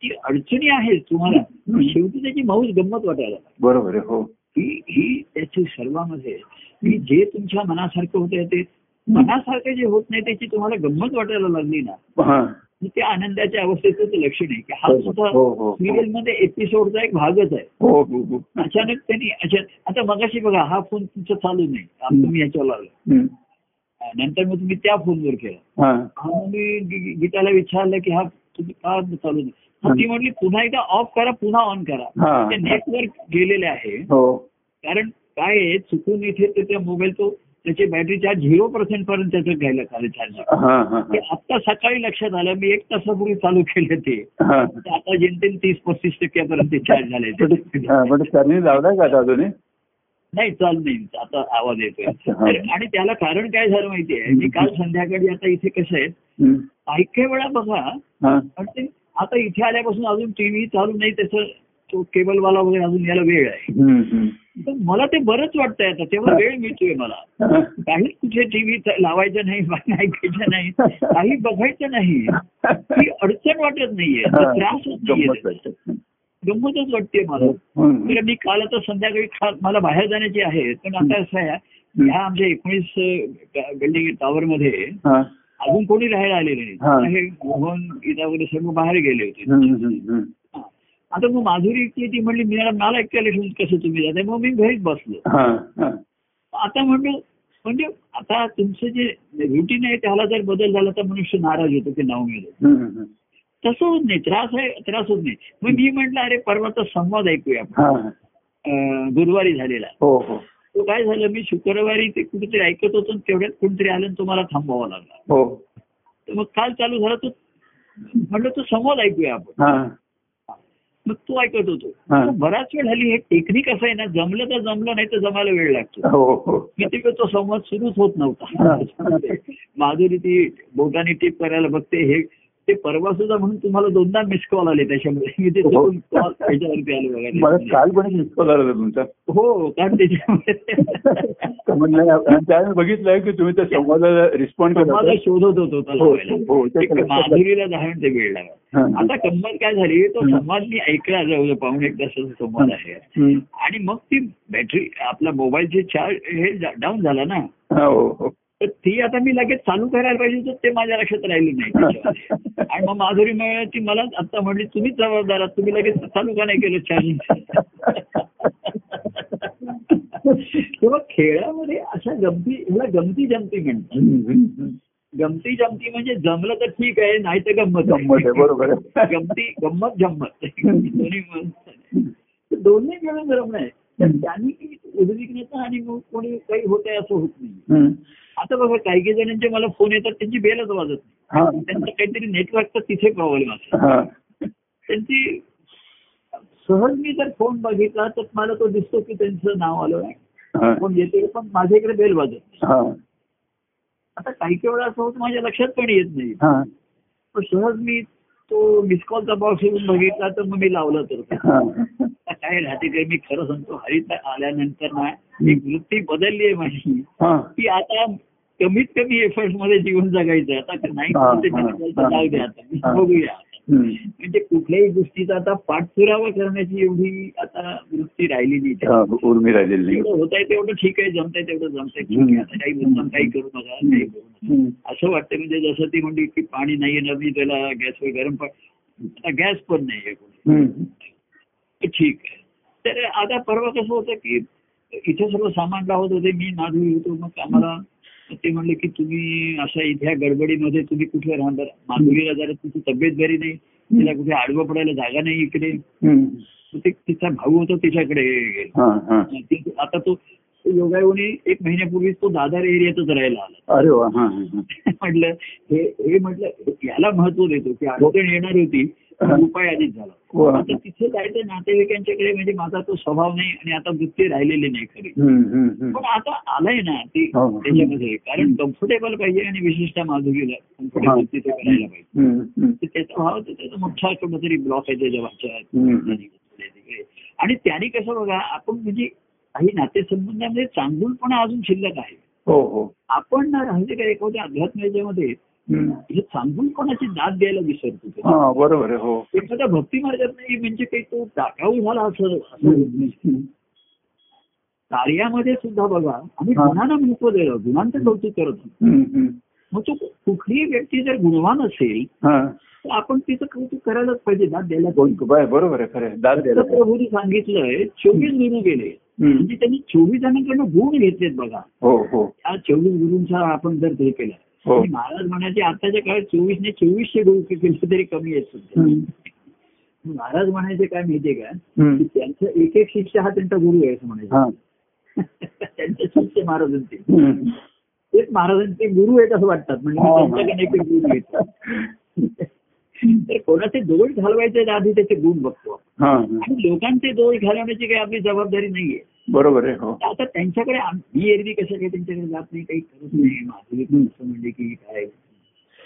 [SPEAKER 2] ती अडचणी आहेत तुम्हाला पण शेवटी त्याची मौज गंमत वाटायला लागते.
[SPEAKER 1] बरोबर आहे हो
[SPEAKER 2] ही ही त्याची सर्वामध्ये की जे तुमच्या मनासारखं होत ते मनासारखं जे होत नाही त्याची तुम्हाला गंमत वाटायला लागली ना
[SPEAKER 1] हा
[SPEAKER 2] मग त्या आनंदाच्या अवस्थेचं ते लक्षण आहे की हा
[SPEAKER 1] हो,
[SPEAKER 2] सुद्धा
[SPEAKER 1] हो, हो.
[SPEAKER 2] सिरियल मध्ये एपिसोडचा एक भागच आहे
[SPEAKER 1] हो हो हो
[SPEAKER 2] अचानक त्यांनी अचानक आता मगाशी बघा हा फोन तुमचा चालू नाही आता तुम्ही याच्यावर लागला
[SPEAKER 1] हम्म,
[SPEAKER 2] नंतर मग तुम्ही त्या फोनवर केला
[SPEAKER 1] हा
[SPEAKER 2] हा मग मी गी- गी- गीताला विचारलं की हा तुम्ही का चालू नाही मग ती म्हटली पुन्हा एकदा ऑफ करा पुन्हा ऑन करा
[SPEAKER 1] हा
[SPEAKER 2] ते नेटवर्क गेलेले आहे
[SPEAKER 1] हो
[SPEAKER 2] कारण काय आहे, चुकून इथे ते- त्या मोबाईल तो त्याची बॅटरी चार्ज झिरो पर्सेंट पर्यंत त्याचं घ्यायला चालेल चार्ज
[SPEAKER 1] हा हा
[SPEAKER 2] ते आत्ता सकाळी लक्षात आलं मी एक तासापूर्वी चालू केले ते
[SPEAKER 1] हा
[SPEAKER 2] तर आता जेमतेम तीस पस्तीस टक्क्यापर्यंत चार्ज झाले
[SPEAKER 1] पण हा, पण त्यांनी लावलाय का आता अजूनही
[SPEAKER 2] नाही चाल नाही आता आवाज येतोय
[SPEAKER 1] अच्छा, हा.
[SPEAKER 2] तर- आणि त्याला कारण काय झालं माहितीये मी काल संध्याकाळी आता इथे कसं आहे
[SPEAKER 1] हम्म,
[SPEAKER 2] काही काही वेळा बघा
[SPEAKER 1] हा
[SPEAKER 2] पण ते आता इथे आल्यापासून अजून टीव्ही चालू नाही त्याचं तो केबलवाला वगैरे अजून याला वेळ आहे
[SPEAKER 1] हम्म, हम्म.
[SPEAKER 2] तर मला ते बरंच वाटतंय आता तेव्हा वेळ मिळतोय मला
[SPEAKER 1] हा.
[SPEAKER 2] काहीच कुठे टीव्ही लावायचं नाही बातम्या ऐकायचं नाही काही बघायचं नाही ती अडचण वाटत नाहीये
[SPEAKER 1] हा.
[SPEAKER 2] तर त्रास होत
[SPEAKER 1] गंमत
[SPEAKER 2] नाहीये
[SPEAKER 1] वाटते.
[SPEAKER 2] गंमतच वाटते मला
[SPEAKER 1] हम्म,
[SPEAKER 2] तर मी काल आता संध्याकाळी खा- मला बाहेर जाण्याची आहे पण आता असं आहे ह्या आमच्या एकोणीस बिल्डिंग टॉवर मध्ये
[SPEAKER 1] हा.
[SPEAKER 2] अजून कोणी राहायला आलेले नाही
[SPEAKER 1] हा.
[SPEAKER 2] हे मोहन गीता वगैरे सर्व बाहेर गेले होते
[SPEAKER 1] हम्म, हम्म, हम्म.
[SPEAKER 2] हा. आता मग माधुरी इतकी ती म्हणली मी मला- मला एकट्याला ठेवून कसं तुम्ही जाते मग मी घरीच बसलो
[SPEAKER 1] हा, हा.
[SPEAKER 2] आता म्हणलो म्हणजे आता तुमचं जे रुटीन आहे त्याला जर बदल झाला तर मनुष्य नाराज होतो की नाव मिळेल
[SPEAKER 1] हम्म, हम्म.
[SPEAKER 2] तसं होत नाही त्रास आहे त्रास होत नाही मग मी म्हटलं अरे परवाचा संवाद ऐकूया आपण
[SPEAKER 1] हा.
[SPEAKER 2] अं, गुरुवारी झालेला
[SPEAKER 1] हो हो
[SPEAKER 2] तो काय झालं मी शुक्रवारी ते कुठेतरी ऐकत होतो आणि तेवढ्यात कुठेतरी आलं आणि तो मला थांबवावा लागला
[SPEAKER 1] हो
[SPEAKER 2] तर मग काल चालू झाला तो म्हणलं तो संवाद ऐकूया आपण
[SPEAKER 1] हा
[SPEAKER 2] मग तो ऐकत होतो
[SPEAKER 1] हा.
[SPEAKER 2] तर बराच वेळ हल्ली हे टेक्निक असं आहे ना जमलं तर जमलं नाही तर जमायला वेळ लागतो
[SPEAKER 1] हो हो
[SPEAKER 2] किती वेळ तो संवाद सुरूच होत नव्हता माधुरी ती बोटाने टिप करायला बघते हे ते परवा सुद्धा म्हणून तुम्हाला दोनदा मिस कॉल आले त्याच्यामुळे मी ते
[SPEAKER 1] हो.
[SPEAKER 2] दोन कॉल त्याच्यावरती आले
[SPEAKER 1] मला
[SPEAKER 2] बघा
[SPEAKER 1] काल पण मिस कॉल आला होता तुमचा
[SPEAKER 2] हो कारण त्याच्यामुळे
[SPEAKER 1] तर म्हणलं आणि त्यावेळी बघितलंय की तुम्ही त्या संवादाला रिस्पॉन्ड
[SPEAKER 2] माझा
[SPEAKER 1] केला
[SPEAKER 2] शोधत होतो त्याला
[SPEAKER 1] हो,
[SPEAKER 2] लावायला.
[SPEAKER 1] हो, ते
[SPEAKER 2] एक
[SPEAKER 1] तर लक्षात आलं.
[SPEAKER 2] माधुरीला दहा मिनिटं वेळ लागला
[SPEAKER 1] हा, हा.
[SPEAKER 2] आता गंमत काय झाली तो
[SPEAKER 1] हं.
[SPEAKER 2] संवाद मी ऐकला जवळ पाऊण एक तासाचा संवाद आहे
[SPEAKER 1] हम्म.
[SPEAKER 2] आणि मग ती बॅटरी आपला मोबाईलचे चार्ज हे डाऊन झाला ना
[SPEAKER 1] हा, हो हो
[SPEAKER 2] तर ती आता मी लगेच चालू करायला पाहिजे होतं ते माझ्या लक्षात राहिलं नाही त्याच्यामध्ये. आणि मग माधुरी मिळाली ती मला आता म्हणली तुम्हीच जबाबदार आहात तुम्ही लगेच चालू का नाही केलं चार्जिंग किंवा खेळामध्ये अशा गमती ह्याला गमती जमती म्हणतात
[SPEAKER 1] हम्म, हम्म, हम्म.
[SPEAKER 2] गमती जमती म्हणजे जमलं तर ठीक आहे नाही तर गंमत आहे.
[SPEAKER 1] गंमत आहे, बरोबर आहे.
[SPEAKER 2] गमती गंमत जम्मत दोन्ही मिळून. तर दोन्ही मिळून जमणं आहे तर त्यांनी उद्विग्नता आणि मग कोणी काही होत आहे असं होत नाही
[SPEAKER 1] हम्म.
[SPEAKER 2] आता बघा काही काही जणांचे मला फोन येतात त्यांची बेलच वाजत नाही
[SPEAKER 1] हा
[SPEAKER 2] त्यांचं काहीतरी नेटवर्कचा तिथे प्रॉब्लेम असतो
[SPEAKER 1] हा
[SPEAKER 2] त्यांची सहज मी जर फोन बघितला तर मला तो दिसतो की त्यांचं नाव आलं नाही
[SPEAKER 1] हा
[SPEAKER 2] फोन येते पण माझ्याकडे बेल वाजत नाही
[SPEAKER 1] हा
[SPEAKER 2] आता काही काही वेळा असं होतं माझ्या लक्षात पण येत नाही
[SPEAKER 1] हा
[SPEAKER 2] पण सहज मी तो मिस कॉलचा बॉक्स येऊन बघितला तर मग मी लावला तर काय.
[SPEAKER 1] हा
[SPEAKER 2] आता काय राहते काही मी खरं सांगतो हरित आल्यानंतर ना एक वृत्ती बदलली आहे माझी
[SPEAKER 1] हा
[SPEAKER 2] की आता कमीत कमी एफर्ट मध्ये जीवन जगायचं आहे. आता नाही
[SPEAKER 1] हा,
[SPEAKER 2] ते
[SPEAKER 1] हा,
[SPEAKER 2] मिस कॉलचं जाऊ द्या आता मी
[SPEAKER 1] हा.
[SPEAKER 2] बघूया
[SPEAKER 1] हम्म.
[SPEAKER 2] म्हणजे कुठल्याही गोष्टीचा आता पाठपुरावा करण्याची एवढी आता वृत्ती राहिली नाही
[SPEAKER 1] हा, उर्मी राहिलेली नाही
[SPEAKER 2] जेवढं होत आहे तेवढं ठीक आहे जमतंय तेवढं जमतंय ठीक आहे. आता काही मुद्दाम काही करू नका काही करू नका
[SPEAKER 1] हम्म.
[SPEAKER 2] असं वाटतं म्हणजे जसं ती म्हणली की पाणी नाही येणार मी त्याला गॅसवर गरम पण गॅस पण नाही आहे कोणी
[SPEAKER 1] हम्म.
[SPEAKER 2] ठीक आहे तर आता परवा कसं होतं की इथे सर्व सामान लावत होते मी नादू होतो मग आम्हाला ते म्हणले की तुम्ही अशा इथे या गडबडीमध्ये तुम्ही कुठे राहणार माधुरीला जरा तुमची तब्येत बरी नाही तिला कुठे आडवं पडायला जागा नाही इकडे
[SPEAKER 1] हम्म.
[SPEAKER 2] मग ते तिचा भाऊ होता तिच्याकडे गेला.
[SPEAKER 1] हा, हा.
[SPEAKER 2] मग ती- आता तो तो योगायोगाने एक महिन्यापूर्वीच तो दादर एरियातच राहायला आला
[SPEAKER 1] अरे वा हा, हा, हा.
[SPEAKER 2] म्हटलं हे हे म्हटलं याला महत्व देतो की अडचण येणार होती पण उपाय आधीच झाला
[SPEAKER 1] वा.
[SPEAKER 2] आता तिथे जायचं नातेवाईकांच्याकडे म्हणजे माझा तो स्वभाव नाही आणि आता वृत्ती राहिलेली नाही खरी
[SPEAKER 1] हम्म, हम्म, हम्म.
[SPEAKER 2] पण आता आलंय ना ते
[SPEAKER 1] हो, हो.
[SPEAKER 2] त्याच्यामध्ये कारण कम्फर्टेबल पाहिजे आणि विशेषतः माधुरीला
[SPEAKER 1] हा.
[SPEAKER 2] कम्फर्टेबल तिथे करायला पाहिजे
[SPEAKER 1] हम्म, हम्म.
[SPEAKER 2] तर त्याचा भाव तर त्याचा मोठा कुठेतरी ब्लॉक आहे त्याच्या भाषा
[SPEAKER 1] हम्म.
[SPEAKER 2] आणि त्याने कसं बघा आपण म्हणजे काही नातेसंबंधामध्ये चांगुलपणा अजून शिल्लक आहे
[SPEAKER 1] हो हो
[SPEAKER 2] आपण ना राहिले काय एखाद्या अध्यात्म याच्यामध्ये
[SPEAKER 1] हम्म.
[SPEAKER 2] हे सांगून कोणाची दाद द्यायला विसरतो तो.
[SPEAKER 1] हा बरोबर आहे हो
[SPEAKER 2] एखाद्या भक्ती मार्गात नाही म्हणजे काही तो टाकाऊ झाला असं असं
[SPEAKER 1] हम्म,
[SPEAKER 2] होत नाही.
[SPEAKER 1] हम्म.
[SPEAKER 2] कार्यामध्ये सुद्धा बघा आम्ही
[SPEAKER 1] हा.
[SPEAKER 2] गुणांना महत्व दिलं गुणांचं कौतुक करत नाही.
[SPEAKER 1] हम्म, हम्म.
[SPEAKER 2] मग तो कुठलीही व्यक्ती जर गुणवान असेल
[SPEAKER 1] हा
[SPEAKER 2] तर आपण तिचं कौतुक करायलाच पाहिजे दाद द्यायला
[SPEAKER 1] बोल की, बाय, बरोबर आहे खरं आहे. दाद द्यायला
[SPEAKER 2] तर प्रभूने सांगितलंय चोवीस गुरु गेले
[SPEAKER 1] हम्म.
[SPEAKER 2] म्हणजे त्यांनी चोवीस जणांकडनं गुण घेतलेत बघा
[SPEAKER 1] हो हो
[SPEAKER 2] या चोवीस गुरूंचा आपण जर हे केला
[SPEAKER 1] हो
[SPEAKER 2] आणि महाराज म्हणायचे आताच्या काळात चोवीसने चोवीसशे गुरु केले तरी कमी आहेत सध्या
[SPEAKER 1] हम्म.
[SPEAKER 2] महाराज म्हणायचे काय माहितीये का की
[SPEAKER 1] हम्म.
[SPEAKER 2] त्यांचं एक एक शिष्य हा त्यांचा गुरु आहे असं
[SPEAKER 1] हा.
[SPEAKER 2] म्हणायचं त्यांचे शिष्य महाराजांचे
[SPEAKER 1] हम्म.
[SPEAKER 2] तेच महाराजांचे गुरु आहेत असं वाटतात म्हणजे
[SPEAKER 1] हा, हा.
[SPEAKER 2] त्यांच्याकडे एक एक गुरु आहेत तर कोणाचे दोष घालवायचे तर आधी त्याचे गुण बघतो आपण.
[SPEAKER 1] हा, हा.
[SPEAKER 2] आणि लोकांचे दोष घालवण्याची काही आपली जबाबदारी नाहीये
[SPEAKER 1] बरोबर आहे हो
[SPEAKER 2] तर आता त्यांच्याकडे आम- मी एरवी कसं काही त्यांच्याकडे जात नाही काही करत नाही माझी एक माणसं म्हणजे की काय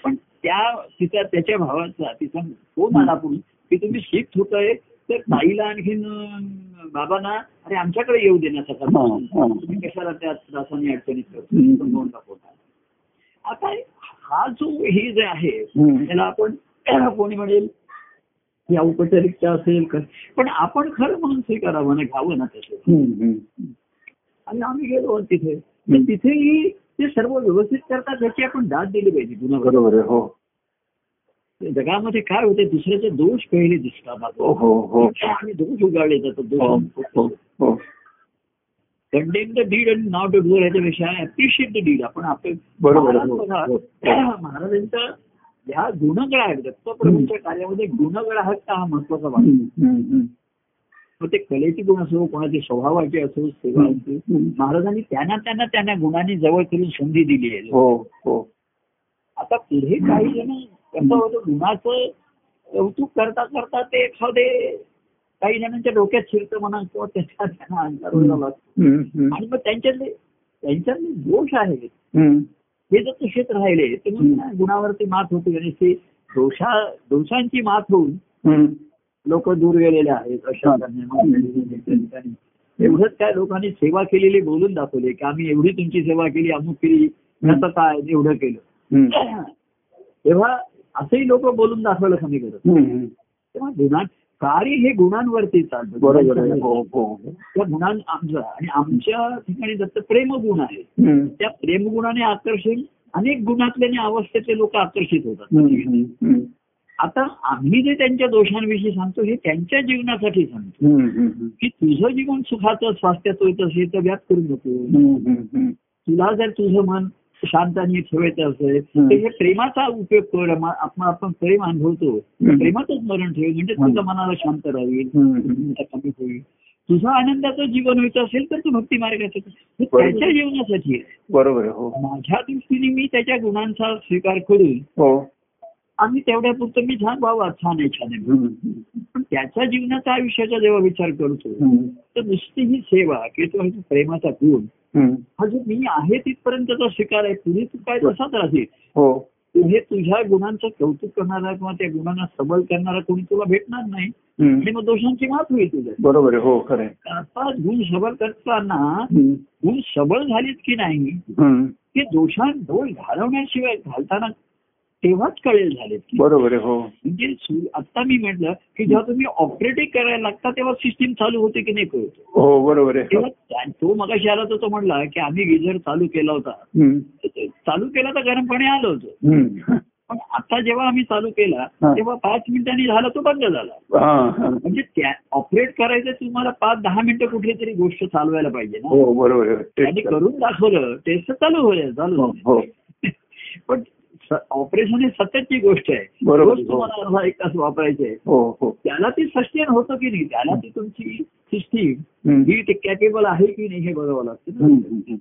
[SPEAKER 2] पण त्या तिचा त्याच्या भावाचा तिचा तो मला पुढे की तुम्ही शिफ्ट होताय तर ताईला आणखीन अं, बाबांना अरे आमच्याकडे येऊ देण्यासारखा
[SPEAKER 1] हा, हा.
[SPEAKER 2] तुम्ही कशाला त्या त्रासाने अडचणीत
[SPEAKER 1] हम्म.
[SPEAKER 2] करतो दोन दाखवता आता हा जो हे जे आहे
[SPEAKER 1] हम्म.
[SPEAKER 2] त्याला आपण कोणी म्हणेल या औपचारिकता असेल क- पण आपण खरं म्हणून स्वीकारावं ना घ्यावं ना त्याचं
[SPEAKER 1] हम्म, हम्म.
[SPEAKER 2] आणि आम्ही गेलो तिथे तर तिथेही ते सर्व व्यवस्थित करतात त्याची आपण दाद दिली पाहिजे गुन्हा
[SPEAKER 1] बरोबर आहे हो
[SPEAKER 2] जगामध्ये काय होते दुसऱ्याचे दोष पहिले दिसतात
[SPEAKER 1] हो
[SPEAKER 2] आपण.
[SPEAKER 1] हो हो
[SPEAKER 2] आणि दोष उगाळले जातात
[SPEAKER 1] हो हो
[SPEAKER 2] दोष
[SPEAKER 1] हो
[SPEAKER 2] कंडेम द डीड आणि नॉट डू याच्यापेक्षा अप्रिशिएट द डीड आपण आपले
[SPEAKER 1] बरोबर आहे.
[SPEAKER 2] महाराज बघा,
[SPEAKER 1] हो.
[SPEAKER 2] महाराजांचा ह्या गुणग्राहक दत्तप्रभूंच्या कार्यामध्ये गुणग्राहकता हा महत्वाचा भाग
[SPEAKER 1] हम्म, हम्म,
[SPEAKER 2] मग ते कलेची गुण असो कोणाचे स्वभावाचे असो सेवा असो
[SPEAKER 1] हम्म.
[SPEAKER 2] महाराजांनी त्यांना त्यांना त्यांना गुणांनी जवळ करून संधी दिली आहे
[SPEAKER 1] हो हो
[SPEAKER 2] आता पुढे काही जण कसं होतं गुणाचं कौतुक करता करता ते एखादे काही जणांच्या डोक्यात शिरतं म्हणा किंवा त्याच्या त्यांना अंतर व्हायला लागतो
[SPEAKER 1] हम्म, हम्म,
[SPEAKER 2] आणि मग त्यांच्यातले त्यांच्यातले दोष आहेत
[SPEAKER 1] हम्म.
[SPEAKER 2] हे जर तसेच राहिले तर मग त्या गुणावरती मात होते आणि ते दोषा दोषांची मात होऊन
[SPEAKER 1] हम्म.
[SPEAKER 2] लोक दूर गेलेले आहेत अशा ठिकाणी. एवढंच काय लोकांनी सेवा केलेली बोलून दाखवले की आम्ही एवढी तुमची सेवा केली अमुक केली त्याचं काय एवढं केलं
[SPEAKER 1] हम्म.
[SPEAKER 2] तेव्हा असंही लोक बोलून दाखवायला कमी करत
[SPEAKER 1] हम्म.
[SPEAKER 2] तेव्हा गुणां कार्य हे गुणांवरती चालतं
[SPEAKER 1] बरोबर आहे हो हो
[SPEAKER 2] त्या गुणां आमचं आणि आमच्या ठिकाणी जसं प्रेमगुण आहे
[SPEAKER 1] हम्म.
[SPEAKER 2] त्या प्रेमगुणाने आकर्षण अनेक गुणातले आणि अवस्थेतले लोक आकर्षित होतात
[SPEAKER 1] हम्म, हम्म, हम्म.
[SPEAKER 2] आता आम्ही जे त्यांच्या दोषांविषयी सांगतो हे त्यांच्या जीवनासाठी सांगतो
[SPEAKER 1] हम्म, हम्म,
[SPEAKER 2] की तुझं जीवन सुखाचं स्वास्थ्याचं होत असेल तर व्याप करू नको
[SPEAKER 1] हम्म. हम्म, हम्म.
[SPEAKER 2] तुला जर तुझं मन शांत आणि ठेवायचं असेल
[SPEAKER 1] हम्म.
[SPEAKER 2] तर हे प्रेमाचा उपयोग कर आम्हा- आपण आपण प्रेम अनुभवतो प्रेमातच मरण ठेव म्हणजे तुझं मनाला शांत राहील
[SPEAKER 1] हम्म, हम्म.
[SPEAKER 2] चिंता कमी होईल तुझं आनंदाचं जीवन व्हायचं असेल तर तू भक्ती मार्गाचं कर. हे
[SPEAKER 1] बरोबर.
[SPEAKER 2] त्याच्या जीवनासाठी आहे
[SPEAKER 1] बरोबर आहे हो
[SPEAKER 2] माझ्या दृष्टीने मी त्याच्या गुणांचा स्वीकार करून
[SPEAKER 1] हो
[SPEAKER 2] आणि तेवढ्यापुरतं मी छान व्हावा छान आहे छान आहे
[SPEAKER 1] हम्म, हम्म.
[SPEAKER 2] पण त्याच्या जीवनाचा आयुष्याचा जेव्हा विचार करतो
[SPEAKER 1] हम्म,
[SPEAKER 2] तर नुसती ही सेवा किंवा हा प्रेमाचा गुण
[SPEAKER 1] हम्म.
[SPEAKER 2] हा जो मी आहे तिथपर्यंतचा स्वीकार आहे पुढे तू काय तसाच राहशील
[SPEAKER 1] हो
[SPEAKER 2] पुढे तुझ्या गुणांचं कौतुक करणारा किंवा त्या गुणांना सबल करणारा कोणी तुला भेटणार नाही आणि
[SPEAKER 1] हम्म.
[SPEAKER 2] मग दोषांची माफ होईल तुझ्या
[SPEAKER 1] बरोबर आहे हो खरं आहे.
[SPEAKER 2] आता गुण सबळ करताना
[SPEAKER 1] हम्म,
[SPEAKER 2] गुण सबळ झालीच की नाही
[SPEAKER 1] हम्म.
[SPEAKER 2] ते दोषां दोष घालवण्याशिवाय घालताना तेव्हाच कळेल झाले
[SPEAKER 1] बरोबर आहे हो
[SPEAKER 2] म्हणजे सु- आता मी म्हटलं की जेव्हा तुम्ही ऑपरेटिंग करायला लागता तेव्हा सिस्टीम चालू होते की नाही कळतो
[SPEAKER 1] हो बरोबर आहे
[SPEAKER 2] तेव्हा त्या- तो मगाशी आला तर तो म्हणला की आम्ही गिझर चालू केला होता
[SPEAKER 1] हम्म.
[SPEAKER 2] तर ते चालू केला तर गरम पाणी आलं होतं
[SPEAKER 1] हम्म.
[SPEAKER 2] पण आता जेव्हा आम्ही चालू केला
[SPEAKER 1] हा.
[SPEAKER 2] तेव्हा पाच मिनिटांनी झाला तो बंद झाला
[SPEAKER 1] हा, हा.
[SPEAKER 2] म्हणजे त्या ऑपरेट करायचं तुम्हाला पाच दहा मिनिटं कुठली तरी गोष्ट चालवायला पाहिजे ना
[SPEAKER 1] हो बरोबर आहे
[SPEAKER 2] त्यांनी
[SPEAKER 1] तेच तर.
[SPEAKER 2] करून दाखवलं टेस्ट चालू होईल
[SPEAKER 1] हो,
[SPEAKER 2] चालू
[SPEAKER 1] हो
[SPEAKER 2] झाली. पण ऑपरेशन ही सततची गोष्ट आहे
[SPEAKER 1] बरोबर.
[SPEAKER 2] रोज तुम्हाला अर्धा एक तास वापरायचे
[SPEAKER 1] हो हो
[SPEAKER 2] त्याला ती सस्टेन होतं की नाही त्याला ती तुमची सिस्टीम
[SPEAKER 1] हम्म.
[SPEAKER 2] ही कॅपेबल आहे की नाही हे बघावं लागतं
[SPEAKER 1] हम्म,
[SPEAKER 2] ना.
[SPEAKER 1] हम्म,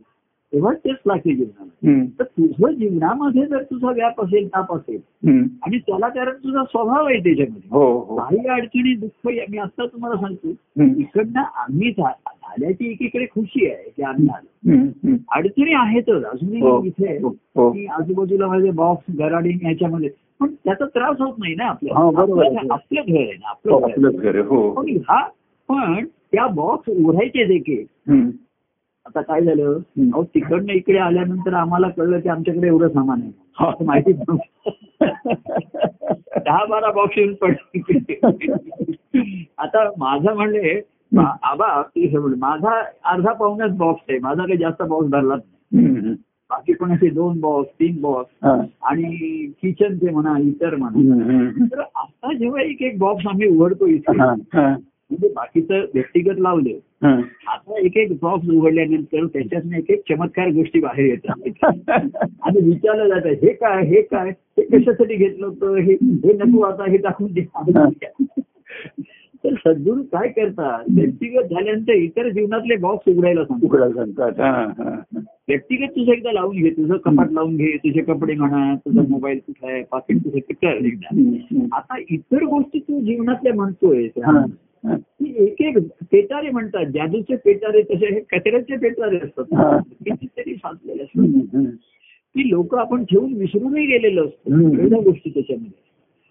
[SPEAKER 2] तेव्हाच तेच लागते जीवनाला
[SPEAKER 1] हम्म.
[SPEAKER 2] तर तुझं जीवनामध्ये जर तुझा व्याप असेल ताप असेल
[SPEAKER 1] हम्म.
[SPEAKER 2] आणि त्याला कारण तुझा स्वभाव आहे त्याच्यामध्ये
[SPEAKER 1] हो हो
[SPEAKER 2] काही अडचणी दुःख या- मी आता तुम्हाला सांगतो
[SPEAKER 1] हम्म.
[SPEAKER 2] इकडनं आम्ही झा- झाल्याची एकीकडे खुशी आहे की आम्ही आलो
[SPEAKER 1] हम्म, हम्म.
[SPEAKER 2] अडचणी आहेतच
[SPEAKER 1] हो.
[SPEAKER 2] अजूनही इथे
[SPEAKER 1] हो, हो.
[SPEAKER 2] की आजूबाजूला माझे बॉक्स घराडी याच्यामध्ये पण त्याचा त्रास होत नाही ना
[SPEAKER 1] हा,
[SPEAKER 2] आपल्याला
[SPEAKER 1] बरोबर आहे.
[SPEAKER 2] आपलं- आपलं घर आहे ना
[SPEAKER 1] हो,
[SPEAKER 2] आपलं घर
[SPEAKER 1] आपलंच
[SPEAKER 2] आहे.
[SPEAKER 1] घर आहे हो
[SPEAKER 2] पण ह्या पण त्या बॉक्स उघडायचे जे की
[SPEAKER 1] हम्म.
[SPEAKER 2] आता काय झालं
[SPEAKER 1] हम्म.
[SPEAKER 2] अहो तिकडनं इकडे आल्यानंतर आम्हाला कळलं की आमच्याकडे एवढं सामान आहे
[SPEAKER 1] हा.
[SPEAKER 2] असं माहिती नव्हतं. दहा बारा बॉक्स येऊन पडले आता माझं म्हणले मा- आबा की हे बोल, माझा अर्धा पाऊनच बॉक्स आहे माझा काही जास्त बॉक्स भरला नाही.
[SPEAKER 1] हम्म.
[SPEAKER 2] बाकी पण असे दोन बॉक्स तीन बॉक्स
[SPEAKER 1] हा.
[SPEAKER 2] आणि किचनचे म्हणा इतर म्हणा
[SPEAKER 1] हम्म, हम्म.
[SPEAKER 2] तर आता जेव्हा एक एक बॉक्स आम्ही उघडतो इथे
[SPEAKER 1] हा, हा,
[SPEAKER 2] म्हणजे बाकीचं व्यक्तिगत लावलं
[SPEAKER 1] हा.
[SPEAKER 2] आता एक एक बॉक्स उघडल्यानंतर त्याच्यातून एक एक चमत्कार गोष्टी बाहेर येतात आणि विचारलं जातं हे काय हे काय हे कशासाठी घेतलं होतं हे हे नको आता हे दाखवून दे तर सद्गुरू काय करतात व्यक्तिगत झाल्यानंतर इतर जीवनातले बॉक्स उघडायला सांगतो
[SPEAKER 1] उघडा सांगतात हा, हा, हा.
[SPEAKER 2] व्यक्तिगत तुझं एकदा लावून घे तुझं कपाट लावून घे तुझे कपडे म्हणा तुझा मोबाईल कुठला आहे पाकिट तुझं ते कर एकदा
[SPEAKER 1] हम्म, हम्म.
[SPEAKER 2] आता इतर गोष्टी तू जीवनातल्या म्हणतोय
[SPEAKER 1] हा, हा.
[SPEAKER 2] की एक एक पेटारे म्हणतात जादूचे पेटारे तसे हे कचऱ्याचे पेटारे
[SPEAKER 1] हा.
[SPEAKER 2] असतात कितीतरी साचलेले असतात
[SPEAKER 1] हम्म, हम्म.
[SPEAKER 2] ती लोक आपण ठेवून विसरूनही गेलेलो असतो
[SPEAKER 1] हम्म.
[SPEAKER 2] एवढ्या गोष्टी त्याच्यामध्ये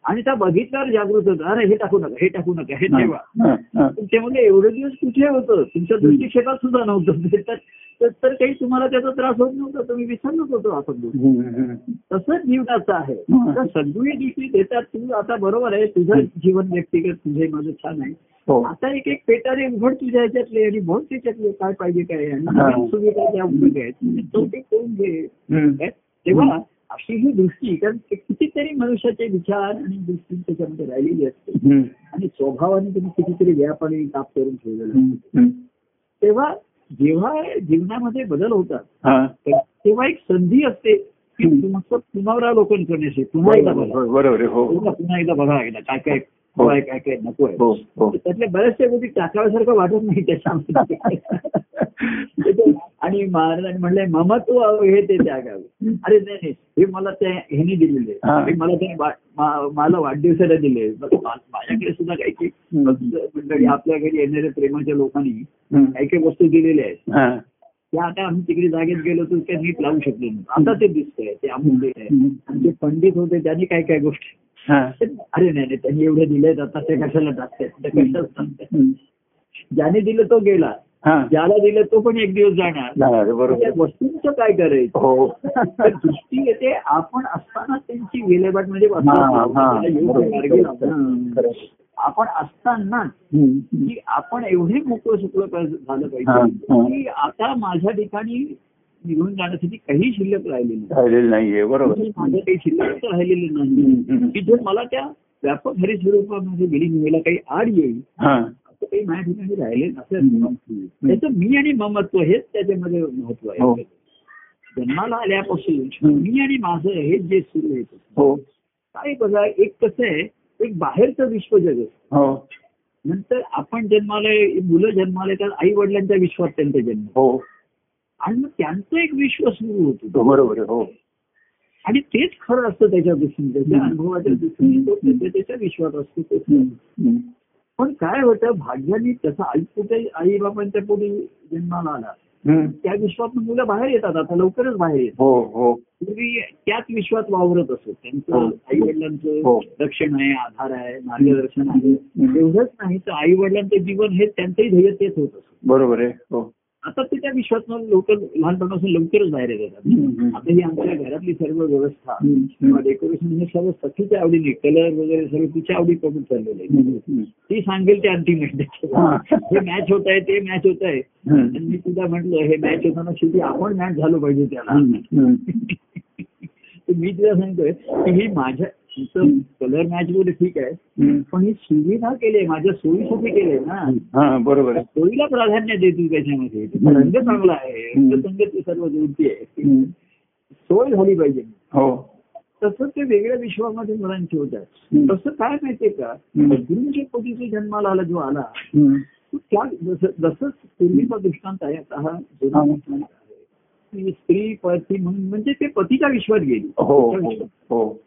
[SPEAKER 2] आणि त्या बघितल्यावर जागृत होतात अरे हे टाकू नका हे टाकू नका हे ठेवा
[SPEAKER 1] हा, हा.
[SPEAKER 2] तुमच्यामध्ये एवढे दिवस कुठे होतं तुमच्या दृष्टिक्षेपात सुद्धा नव्हतं ते तर- तर- तर काही तुम्हाला त्याचा त्रास होत नव्हता तुम्ही विसरलोच होतो आपण गोष्टी.
[SPEAKER 1] हम्म, हम्म.
[SPEAKER 2] तसंच जीवनाचं आहे
[SPEAKER 1] हा.
[SPEAKER 2] तर सद्गुणी दृष्टी देतात तू आता बरोबर आहे तुझं जीवन व्यक्तिगत तुझे माझं छान आहे
[SPEAKER 1] हो
[SPEAKER 2] आता एक एक पेटारे उघड तुझ्या ह्याच्यातले आणि भर त्याच्यातले काय पाहिजे काय आणि
[SPEAKER 1] हा.
[SPEAKER 2] नवीन सुविधा ज्या उपयोग आहेत तो ते करून घे
[SPEAKER 1] हम्म.
[SPEAKER 2] आहे. तेव्हा अशी ही दृष्टी कारण ते कितीतरी मनुष्याचे विचार आणि दृष्टी त्याच्यामध्ये राहिलेली असते
[SPEAKER 1] हम्म.
[SPEAKER 2] आणि स्वभावाने तुम्ही कितीतरी व्याप आणि ताप करून ठेवलेला आहे.
[SPEAKER 1] हम्म, हम्म.
[SPEAKER 2] तेव्हा जेव्हा जीवनामध्ये बदल होतात
[SPEAKER 1] हा.
[SPEAKER 2] तर तेव्हा एक संधी असते की
[SPEAKER 1] हम्म.
[SPEAKER 2] तुमचं पुनरावलोकन करण्याची पुन्हा एकदा बघा
[SPEAKER 1] बरोबर बरोबर आहे, हो
[SPEAKER 2] एकदा पुन्हा एकदा बघा एकदा काय काय हवं आहे काय काय नको
[SPEAKER 1] हो
[SPEAKER 2] आहे
[SPEAKER 1] हो
[SPEAKER 2] तर त्यातल्या बऱ्याचशा गोष्टी टाकाव्यासारखं वाटत नाही त्याच्यामध्ये आणि महाराजांनी म्हणलंय ममत्व हे ते त्यागावे अरे नाही नाही हे मला त्या ह्यानी दिलेले
[SPEAKER 1] हा.
[SPEAKER 2] हे मला त्याने वा- मा- मला वाढदिवसाला दिले मग मा- माझ्याकडे सुद्धा काही काही मंडळी आपल्या घरी येणाऱ्या प्रेमाच्या लोकांनी
[SPEAKER 1] हम्म.
[SPEAKER 2] काही काही वस्तू दिलेल्या आहेत
[SPEAKER 1] हा.
[SPEAKER 2] त्या आता आम्ही तिकडे जागेत गेलो तर त्या नीट लावू शकलो नाही आता ते दिसतंय ते अमूल्य आहे
[SPEAKER 1] हम्म.
[SPEAKER 2] आणि जे पंडित होते त्यांनी काय काय गोष्टी
[SPEAKER 1] हा.
[SPEAKER 2] अरे नाही नाही त्यांनी एवढे दिले आता ते कशाला टाकतात ते कशाला टाकतात
[SPEAKER 1] हम्म.
[SPEAKER 2] ज्याने दिलं तो गेला
[SPEAKER 1] हा.
[SPEAKER 2] ज्याला दिलं तो पण एक दिवस जाणार
[SPEAKER 1] जाणार,
[SPEAKER 2] त्या
[SPEAKER 1] बरोबर
[SPEAKER 2] वस्तूंचं काय करायचं
[SPEAKER 1] हो
[SPEAKER 2] तर दृष्टी येते आपण असताना त्यांची विल्हेवाट म्हणजे
[SPEAKER 1] हा, हा, हा.
[SPEAKER 2] त्याला योग्य मार्गी लावणं.
[SPEAKER 1] खरं.
[SPEAKER 2] आपण असताना
[SPEAKER 1] हम्म.
[SPEAKER 2] की आपण एवढे मोकळं सुकळं कर- झालं
[SPEAKER 1] हा, हा.
[SPEAKER 2] पाहिजे की आता माझ्या ठिकाणी निघून जाण्यासाठी काही शिल्लक राहिलेलं नाही
[SPEAKER 1] राहिलेलं नाहीये बरोबर
[SPEAKER 2] म्हणजे माझं काही शिल्लक तर राहिलेलं
[SPEAKER 1] हम्म.
[SPEAKER 2] नाही की जर मला त्या व्यापक हरी स्वरूपामध्ये विलीन व्हायला काही आड येईल
[SPEAKER 1] हा
[SPEAKER 2] असं काही माझ्या ठिकाणी राहिले नसेल
[SPEAKER 1] हम्म.
[SPEAKER 2] त्याचं मी आणि ममत्व हेच त्याच्यामध्ये महत्व
[SPEAKER 1] हो.
[SPEAKER 2] आहे जन्माला आल्यापासून
[SPEAKER 1] हं.
[SPEAKER 2] मी आणि माझं हे जे सुरू आहे
[SPEAKER 1] हो
[SPEAKER 2] काय बघा एक कसं आहे एक बाहेरचं विश्व जग असतं
[SPEAKER 1] हो
[SPEAKER 2] नंतर आपण जन्माला मुलं जन्माला येतात आई वडिलांच्या विश्वात त्यांचा जन्म
[SPEAKER 1] हो
[SPEAKER 2] आणि मग त्यांचं एक विश्व सुरू होतं
[SPEAKER 1] तो बरोबर आहे हो
[SPEAKER 2] आणि तेच खरं असतं त्याच्या दृष्टीने त्याच्या
[SPEAKER 1] हं.
[SPEAKER 2] अनुभवाच्या दृष्टीने तो त्याच्या- त्याच्या विश्वात असतो तो.
[SPEAKER 1] हम्म.
[SPEAKER 2] पण काय होतं भाग्याने तसा आई कुठे आई बाबांच्या पुढे जन्माला आला
[SPEAKER 1] हम्म.
[SPEAKER 2] त्या विश्वात मुलं बाहेर येतात आता लवकरच बाहेर येतात
[SPEAKER 1] हो हो
[SPEAKER 2] पूर्वी त्याच विश्वात वावरत असत
[SPEAKER 1] हो.
[SPEAKER 2] त्यांचं आई वडिलांचं
[SPEAKER 1] हो.
[SPEAKER 2] रक्षण आहे आधार आहे मार्गदर्शन आहे
[SPEAKER 1] हम्म.
[SPEAKER 2] एवढंच नाही तर आई वडिलांचं जीवन हे त्यांचंही ध्येय तेच होत असत
[SPEAKER 1] बरोबर आहे हो
[SPEAKER 2] आता ते त्या विश्वातनं लोक लहानपणापासून लवकरच बाहेर येतात
[SPEAKER 1] हम्म.
[SPEAKER 2] आता ही आमच्या घरातली सर्व व्यवस्था
[SPEAKER 1] हम्म.
[SPEAKER 2] किंवा डेकोरेशन हे सर्व सखीच्या आवडीने कलर वगैरे सर्व तिच्या आवडी पकडून चाललेलं आहे
[SPEAKER 1] हम्म.
[SPEAKER 2] ती सांगेल ते अंतिम
[SPEAKER 1] हा.
[SPEAKER 2] हे मॅच होत आहे ते मॅच होत आहे आणि
[SPEAKER 1] हम्म.
[SPEAKER 2] मी तुला म्हटलं हे मॅच होताना शेवटी आपण मॅच झालो पाहिजे त्याला
[SPEAKER 1] हम्म.
[SPEAKER 2] तर मी तिला सांगतोय की ही माझ्या कलर मॅच वगैरे ठीक आहे
[SPEAKER 1] हम्म.
[SPEAKER 2] पण ही सुविधा केली आहे, माझ्या सोयीसाठी केली आहे ना
[SPEAKER 1] हा बरोबर आहे
[SPEAKER 2] सोयीला प्राधान्य देते त्याच्यामध्ये रंग चांगला आहे रंगसंगती सर्व जोडती आहे
[SPEAKER 1] हम्म.
[SPEAKER 2] सोय झाली पाहिजे
[SPEAKER 1] हो
[SPEAKER 2] तसं ते वेगळ्या विश्वामध्ये मुलांचे होतात
[SPEAKER 1] हम्म.
[SPEAKER 2] तसं काय माहितीये का
[SPEAKER 1] हम्म.
[SPEAKER 2] गुरुजी पतीचा जन्माला आला जो आला
[SPEAKER 1] हम्म.
[SPEAKER 2] तो त्या जसं जसंच पूर्वीचा दृष्टांत आहे आता हा जुना
[SPEAKER 1] हा.
[SPEAKER 2] दृष्टांत आहे. की स्त्री पती म्हणून म्हणजे ते पतीच्या विश्वात गेली
[SPEAKER 1] हो हो हो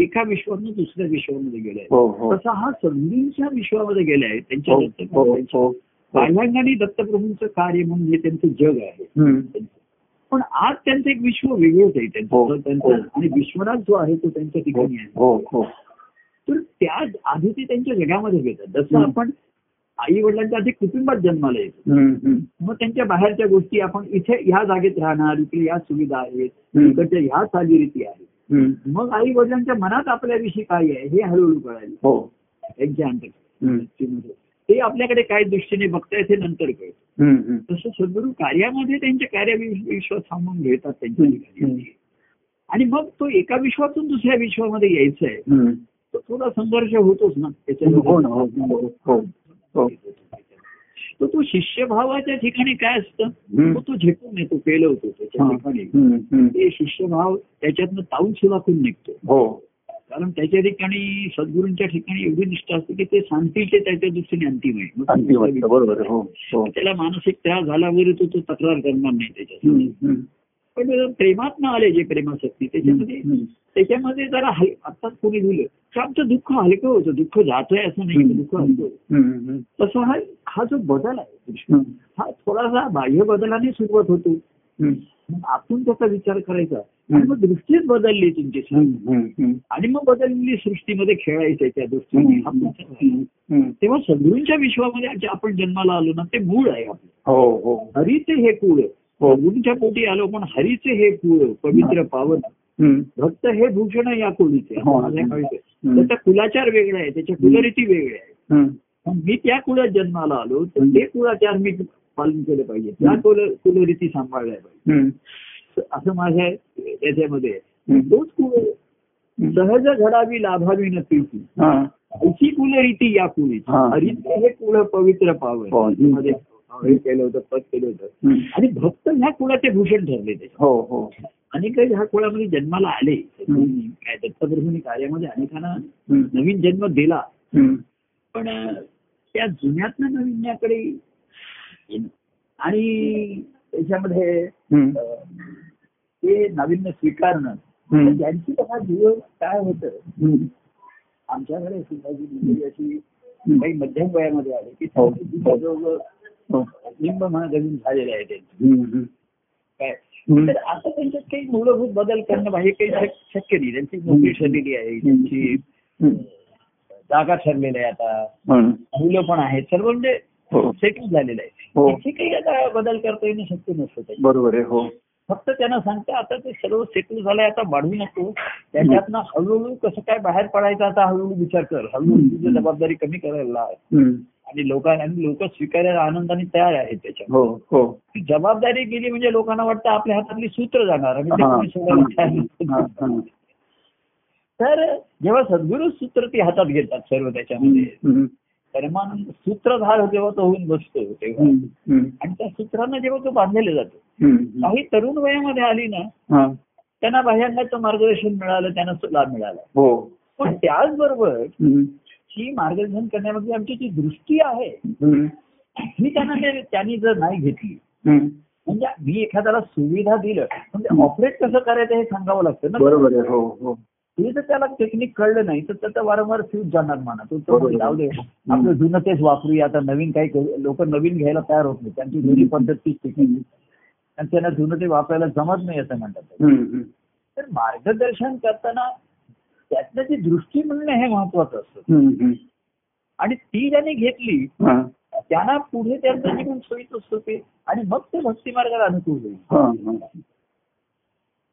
[SPEAKER 2] एका विश्वातून दुसऱ्या विश्वामध्ये गेले आहेत.
[SPEAKER 1] हो हो
[SPEAKER 2] तसा हा संधींच्या विश्वामध्ये गेले आहे त्यांच्या
[SPEAKER 1] हो, हो,
[SPEAKER 2] दत्तप्रभूंच्या
[SPEAKER 1] हो.
[SPEAKER 2] बाह्यांनी दत्तप्रभूंचं कार्य म्हणून हे त्यांचं जग आहे
[SPEAKER 1] हम्म.
[SPEAKER 2] पण आज त्यांचं एक विश्व वेगळंच आहे
[SPEAKER 1] हो,
[SPEAKER 2] त्यांचं
[SPEAKER 1] हो.
[SPEAKER 2] त्यांचं आणि विश्वनाथ जो आहे तो त्यांच्या
[SPEAKER 1] हो
[SPEAKER 2] ठिकाणी आहे
[SPEAKER 1] हो हो
[SPEAKER 2] तर त्या आधी ते त्यांच्या जगामध्ये घेतात जसं
[SPEAKER 1] हम्म.
[SPEAKER 2] आपण आई वडिलांच्या आधी कुटुंबात जन्माला येतो
[SPEAKER 1] हम्म. हम्म.
[SPEAKER 2] मग त्यांच्या बाहेरच्या गोष्टी आपण इथे ह्या जागेत राहणार इकडे ह्या सुविधा आहेत
[SPEAKER 1] हम्म.
[SPEAKER 2] इकडच्या ह्या चालीरीती आहेत
[SPEAKER 1] हम्म.
[SPEAKER 2] मग आई वडिलांच्या मनात आपल्याविषयी काय आहे हे हळूहळू कळायला
[SPEAKER 1] हो
[SPEAKER 2] एक्झाम्पल
[SPEAKER 1] हम्म.
[SPEAKER 2] ते आपल्याकडे काय दृष्टीने बघतायत हे नंतर कळत
[SPEAKER 1] हम्म. हम्म.
[SPEAKER 2] तसं सद्गुरू कार्यामध्ये त्यांच्या कार्यविश्वास थांबून घेतात त्यांच्या
[SPEAKER 1] हम्म.
[SPEAKER 2] ठिकाणी. आणि मग तो एका विश्वातून दुसऱ्या विश्वामध्ये यायचा आहे
[SPEAKER 1] हम्म.
[SPEAKER 2] तर थोडा संघर्ष होतोच ना
[SPEAKER 1] हो ना, हो, हो, हो, हो.
[SPEAKER 2] तर तो शिष्यभावाच्या ठिकाणी काय असतं
[SPEAKER 1] हम्म.
[SPEAKER 2] तो तो झेपून येतो पेलवतो त्याच्या ठिकाणी
[SPEAKER 1] हम्म. हम्म.
[SPEAKER 2] ते शिष्यभाव त्याच्यातनं ताऊन सुलाखून निघतो
[SPEAKER 1] हो
[SPEAKER 2] कारण त्याच्या ठिकाणी सद्गुरूंच्या ठिकाणी एवढी निष्ठा असते की ते शांतीचे त्याच्या दृष्टीने अंतिम आहे मग
[SPEAKER 1] अगदी वाटतं बरोबर आहे. हो हो
[SPEAKER 2] त्याला मानसिक त्रास झाला वगैरे तो तो तक्रार करणार नाही त्याच्यात
[SPEAKER 1] हम्म. हम्म.
[SPEAKER 2] पण प्रेमात आले जे प्रेमासक्ती त्याच्यामध्ये
[SPEAKER 1] हम्म.
[SPEAKER 2] त्याच्यामध्ये जरा हल आत्ताच कोणी दिलं तर आमचं दुःख हलकं होतं दुःख जातंय असं नाही
[SPEAKER 1] हम्म.
[SPEAKER 2] दुःख हलकं
[SPEAKER 1] हम्म. हम्म.
[SPEAKER 2] तसं हा हा जो बदल आहे कृष्ण,
[SPEAKER 1] हम्म.
[SPEAKER 2] हा थोडासा बाह्य बदलाने सुरुवात होतो
[SPEAKER 1] हम्म.
[SPEAKER 2] मग आपण त्याचा विचार करायचा आणि मग दृष्टीच बदलली तुमची
[SPEAKER 1] हम्म. हम्म. हम्म.
[SPEAKER 2] आणि मग बदललेली सृष्टीमध्ये खेळायचं त्या दृष्टीने हा प्रकार आहे.
[SPEAKER 1] हम्म.
[SPEAKER 2] तेव्हा सद्गुरूंच्या विश्वामध्ये जे आपण जन्माला आलो ना ते मूळ आहे आपलं
[SPEAKER 1] हो हो
[SPEAKER 2] हरीचे हे कुळ
[SPEAKER 1] हो
[SPEAKER 2] सद्गुरूंच्या पोटी आलो पण हरीचे हे कुळ पवित्र पावन
[SPEAKER 1] हम्म.
[SPEAKER 2] भक्त हे भूषण या कुळीचे
[SPEAKER 1] हो.
[SPEAKER 2] आपल्याला हे कळतंय.
[SPEAKER 1] हम्म.
[SPEAKER 2] त्याचा कुलाचार वेगळा आहे त्याच्या कुलरीती वेगळ्या आहे
[SPEAKER 1] हम्म.
[SPEAKER 2] पण मी त्या कुळात जन्माला आलो तर ते कुळाचार मी पालन केलं पाहिजे त्या कुल कुलरीती सांभाळल्या पाहिजे
[SPEAKER 1] हम्म.
[SPEAKER 2] तर असं माझ्या याच्यामध्ये आहे.
[SPEAKER 1] हम्म.
[SPEAKER 2] तोच कुळ सहज घडावी लाभावी न प्रीती
[SPEAKER 1] हा.
[SPEAKER 2] अशी कुलरीती या कुळी
[SPEAKER 1] हा.
[SPEAKER 2] हरीचे हे कुळ पवित्र
[SPEAKER 1] हो.
[SPEAKER 2] पावन मध्ये हे केलं होतं पद केलं होतं
[SPEAKER 1] हम्म.
[SPEAKER 2] आणि भक्त ह्या कुळाचे भूषण ठरले ते
[SPEAKER 1] हो हो
[SPEAKER 2] अनेक ह्या कुळामध्ये जन्माला आले काय दत्तप्रभूंनी कार्यामध्ये अनेकांना
[SPEAKER 1] हम्म.
[SPEAKER 2] नवीन जन्म दिला
[SPEAKER 1] हम्म.
[SPEAKER 2] पण अं, त्या जुन्यातनं नवीन्याकडे येणं. आणि त्याच्यामध्ये
[SPEAKER 1] हम्म.
[SPEAKER 2] अं, ते नाविन्य स्वीकारणं
[SPEAKER 1] हम्म.
[SPEAKER 2] त्यांची कथा जीव काय होतं
[SPEAKER 1] हम्म.
[SPEAKER 2] आमच्याकडे सुद्धा जी मंडळी अशी
[SPEAKER 1] हम्म.
[SPEAKER 2] काही मध्यम वयामध्ये आली की
[SPEAKER 1] हो.
[SPEAKER 2] त्यांची जीव जवळजवळ
[SPEAKER 1] हो.
[SPEAKER 2] लिंब म्हणा नवीन झालेले आहे त्यांचे
[SPEAKER 1] हम्म. हम्म.
[SPEAKER 2] काय
[SPEAKER 1] हम्म.
[SPEAKER 2] तर आता त्यांच्यात काही मूलभूत बदल करणं बाहेर काही शक- शक्य नाही त्यांची नोकरी ठरलेली आहे त्यांची
[SPEAKER 1] हम्म.
[SPEAKER 2] जागा ठरलेली आहे आता
[SPEAKER 1] हम्म.
[SPEAKER 2] मुलं पण आहेत सर्व म्हणजे
[SPEAKER 1] हो
[SPEAKER 2] सेटल झालेलं आहे
[SPEAKER 1] हो.
[SPEAKER 2] इथे काही आता बदल करता येणं शक्य नसतं त्याच्यात.
[SPEAKER 1] बरोबर आहे हो
[SPEAKER 2] फक्त त्यांना सांगता आता ते सर्व सेटल झालंय आता वाढवू नको त्याच्यातनं हळूहळू कसं काय बाहेर पडायचं आता हळूहळू विचार कर हळूहळू तुझी जबाबदारी कमी करायला लाव.
[SPEAKER 1] हम्म.
[SPEAKER 2] आणि लोकांना आणि लोक स्वीकारायला आनंदाने तयार आहेत त्याच्या
[SPEAKER 1] हो हो
[SPEAKER 2] जबाबदारी गेली म्हणजे लोकांना वाटतं आपल्या हातातली सूत्र जाणार आणि ते
[SPEAKER 1] हा.
[SPEAKER 2] कोणी सोडायला तयार
[SPEAKER 1] हा,
[SPEAKER 2] नसतं.
[SPEAKER 1] हा.
[SPEAKER 2] तर जेव्हा सद्गुरु सूत्र ती हातात घेतात सर्व त्याच्यामध्ये
[SPEAKER 1] हम्म.
[SPEAKER 2] कर्मानंद सूत्रधार जेव्हा तो होऊन बसतो तेव्हा
[SPEAKER 1] हम्म. हम्म.
[SPEAKER 2] आणि त्या सूत्रांना जेव्हा तो बांधलेला जातो
[SPEAKER 1] हम्म.
[SPEAKER 2] काही तरुण वयामध्ये आली ना
[SPEAKER 1] हा.
[SPEAKER 2] त्यांना बाह्यांचं मार्गदर्शन मिळालं त्यांना सु- लाभ मिळाला
[SPEAKER 1] हो
[SPEAKER 2] पण त्याचबरोबर
[SPEAKER 1] हम्म.
[SPEAKER 2] ही मार्गदर्शन करण्यामध्ये आमची जी दृष्टी आहे
[SPEAKER 1] हम्म.
[SPEAKER 2] ही त्यांना ते- त्यांनी जर नाही घेतली
[SPEAKER 1] हम्म.
[SPEAKER 2] म्हणजे मी एखाद्याला सुविधा दिलं म्हणजे ऑपरेट कसं करायचं हे सांगावं लागतं ना
[SPEAKER 1] बरोबर आहे हो हो
[SPEAKER 2] ते जर त्याला टेक्निक कळलं नाही तर त्याचा वारंवार फ्यूज जाणार म्हणा तो तो
[SPEAKER 1] बरोबर.
[SPEAKER 2] जाऊ दे आपलं जुनं तेच वापरूया आता नवीन काही लोक नवीन घ्यायला तयार होत नाही त्यांची जुनी पद्धत तीच टिकली. आणि त्यांना जुनं ते वापरायला जमत नाही असं म्हणतात ते.
[SPEAKER 1] हम्म. हम्म.
[SPEAKER 2] तर मार्गदर्शन करताना त्यातनं जी दृष्टी मिळणं हे महत्वाचं असतं
[SPEAKER 1] हम्म. हम्म.
[SPEAKER 2] आणि ती ज्याने घेतली
[SPEAKER 1] हा,
[SPEAKER 2] त्यांना पुढे त्यांचं जीवन सोयीत असतो ते आणि मग ते भक्ती मार्गाला अनुकूल होईल
[SPEAKER 1] हा, हा.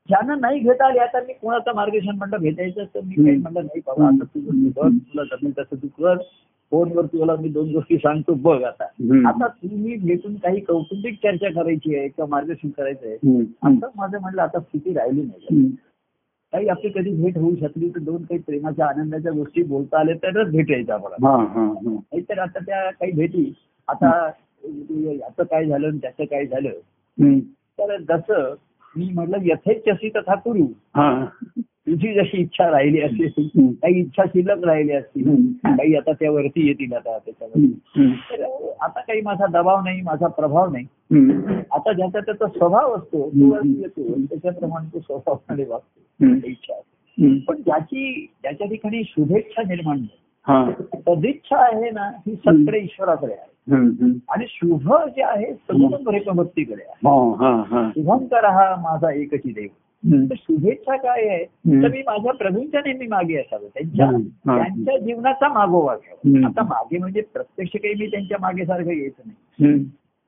[SPEAKER 2] ज्यांना नाही घेता आले आता मी कोणाचा मार्गदर्शन म्हणलं भेटायचं तर मी काही म्हणलं नाही बाबा आता तू
[SPEAKER 1] हम्म.
[SPEAKER 2] बघ तुला जमेल तसं तू कर फोनवर तुला मी दोन गोष्टी सांगतो बघ आता
[SPEAKER 1] हम्म.
[SPEAKER 2] आता तुम्ही भेटून काही कौटुंबिक चर्चा करायची आहे किंवा मार्गदर्शन करायचं आहे
[SPEAKER 1] हम्म, हम्म,
[SPEAKER 2] असं माझं म्हणलं आता स्थिती राहिली नाही
[SPEAKER 1] हम्म.
[SPEAKER 2] काही आपली कधी भेट होऊ शकली तर दोन काही प्रेमाच्या आनंदाच्या गोष्टी बोलता आल्या तरच भेटायचं आम्हाला
[SPEAKER 1] हा, हा, हा.
[SPEAKER 2] नाहीतर आता त्या काही भेटी आता याचं काय झालं आणि त्याचं काय झालं
[SPEAKER 1] हम्म.
[SPEAKER 2] तर जसं मी म्हटलं यथेच्छसी तथा करू
[SPEAKER 1] हा.
[SPEAKER 2] तुझी जशी इच्छा राहिली असेल
[SPEAKER 1] हम्म.
[SPEAKER 2] काही इच्छा शिल्लक राहिली असतील
[SPEAKER 1] हम्म.
[SPEAKER 2] काही आता त्यावरती येतील आता त्याच्यावर
[SPEAKER 1] हम्म, हम्म,
[SPEAKER 2] तर आता काही माझा दबाव नाही माझा प्रभाव नाही
[SPEAKER 1] हम्म.
[SPEAKER 2] आता ज्याचा त्याचा स्वभाव असतो तो वरती येतो आणि त्याच्याप्रमाणे तो स्वभावाकडे वागतो
[SPEAKER 1] हम्म,
[SPEAKER 2] इच्छा
[SPEAKER 1] हम्म.
[SPEAKER 2] पण ज्याची ज्याच्या ठिकाणी शुभेच्छा निर्माण झाली
[SPEAKER 1] हा.
[SPEAKER 2] सदिच्छा आहे ना ही सगळे ईश्वराकडे आहे
[SPEAKER 1] हम्म, हम्म.
[SPEAKER 2] आणि शुभ जे आहे सगुण प्रेमभक्तीकडे आहे
[SPEAKER 1] हा, हा, हा.
[SPEAKER 2] शुभंकर हा माझा एकची देव तर
[SPEAKER 1] हम्म.
[SPEAKER 2] शुभेच्छा काय आहे
[SPEAKER 1] हम्म.
[SPEAKER 2] तर मी माझ्या प्रभूंच्या नेहमी मागे असावं त्यांच्या
[SPEAKER 1] हम्म. हा.
[SPEAKER 2] त्यांच्या जीवनाचा मागोवा घ्यावा
[SPEAKER 1] हम्म.
[SPEAKER 2] आता मागे म्हणजे प्रत्यक्ष काही मी त्यांच्या मागे सारखं यायचं नाही
[SPEAKER 1] हम्म,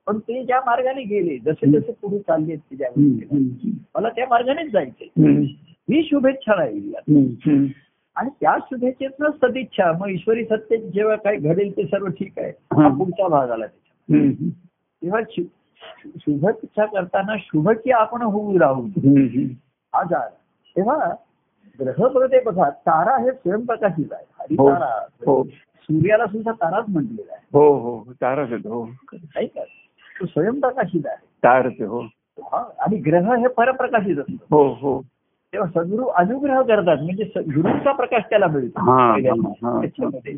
[SPEAKER 2] पण ते ज्या मार्गाने गेले जसे जसे पुढे चालले आहेत ते ज्या
[SPEAKER 1] हम्म,
[SPEAKER 2] गोष्टीला, मला त्या मार्गानेच जायचंय
[SPEAKER 1] हम्म,
[SPEAKER 2] ही शुभेच्छा राहिली आता.
[SPEAKER 1] हम्म, हम्म.
[SPEAKER 2] आणि त्या शुभेच्छेतनं सदिच्छा मग ईश्वरी सत्तेत जेव्हा काय घडेल ते सर्व ठीक आहे
[SPEAKER 1] हा.
[SPEAKER 2] हा पुढचा भाग आला त्याच्या
[SPEAKER 1] हम्म,
[SPEAKER 2] तेव्हा शु- शु- शुभेच्छा करताना शुभ की आपण होऊ राहू
[SPEAKER 1] हम्म.
[SPEAKER 2] आजार तेव्हा ग्रहप्रदे बघा तारा हे स्वयंप्रकाशित आहे
[SPEAKER 1] हो,
[SPEAKER 2] हरितारा
[SPEAKER 1] हो.
[SPEAKER 2] सूर्याला सुद्धा ताराच म्हटलेला आहे
[SPEAKER 1] हो हो तारच आहे तो हो
[SPEAKER 2] नाही का तो स्वयंप्रकाशित आहे
[SPEAKER 1] तारच आहे, हो
[SPEAKER 2] हा, आणि ग्रह हे परप्रकाशित असतं
[SPEAKER 1] हो हो
[SPEAKER 2] तेव्हा सद्गुरु अनुग्रह करतात म्हणजे स- गुरुचा प्रकाश त्याला मिळतो
[SPEAKER 1] हा, हा,
[SPEAKER 2] पहिल्या
[SPEAKER 1] हा.
[SPEAKER 2] त्याच्यामध्ये.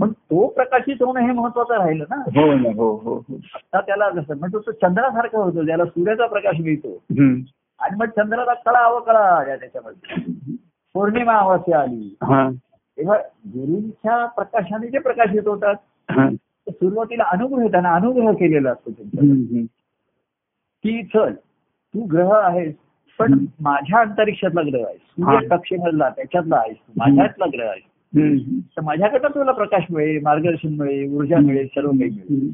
[SPEAKER 2] पण तो प्रकाशित होणं हे महत्वाचं राहिलं ना
[SPEAKER 1] हो ना हो हो हो
[SPEAKER 2] आता त्याला जसं म्हणजे तो चंद्रासारखा होतो ज्याला सूर्याचा प्रकाश मिळतो
[SPEAKER 1] हम्म.
[SPEAKER 2] आणि मग चंद्राला कळा अवकळा आल्या त्याच्यामध्ये पौर्णिमा अमावस्या आली
[SPEAKER 1] हा,
[SPEAKER 2] तेव्हा गुरूंच्या प्रकाशाने जे प्रकाशित होतात
[SPEAKER 1] हा.
[SPEAKER 2] ते सुरुवातीला अनुग्रह त्यांना अनुग्रह केलेला असतो त्यांचा
[SPEAKER 1] हम्म, हम्म.
[SPEAKER 2] की चल तू ग्रह आहेस पण
[SPEAKER 1] हम्म.
[SPEAKER 2] माझ्या अंतरिक्षातला ग्रह आहेस सूर्य
[SPEAKER 1] हा.
[SPEAKER 2] कक्षेमधला त्याच्यातला आहेस तू, माझ्यातला ग्रह आहेस
[SPEAKER 1] हम्म,
[SPEAKER 2] तर माझ्याकडनं तुला प्रकाश मिळेल मार्गदर्शन मिळेल ऊर्जा मिळेल सर्व काही मिळेल
[SPEAKER 1] हम्म.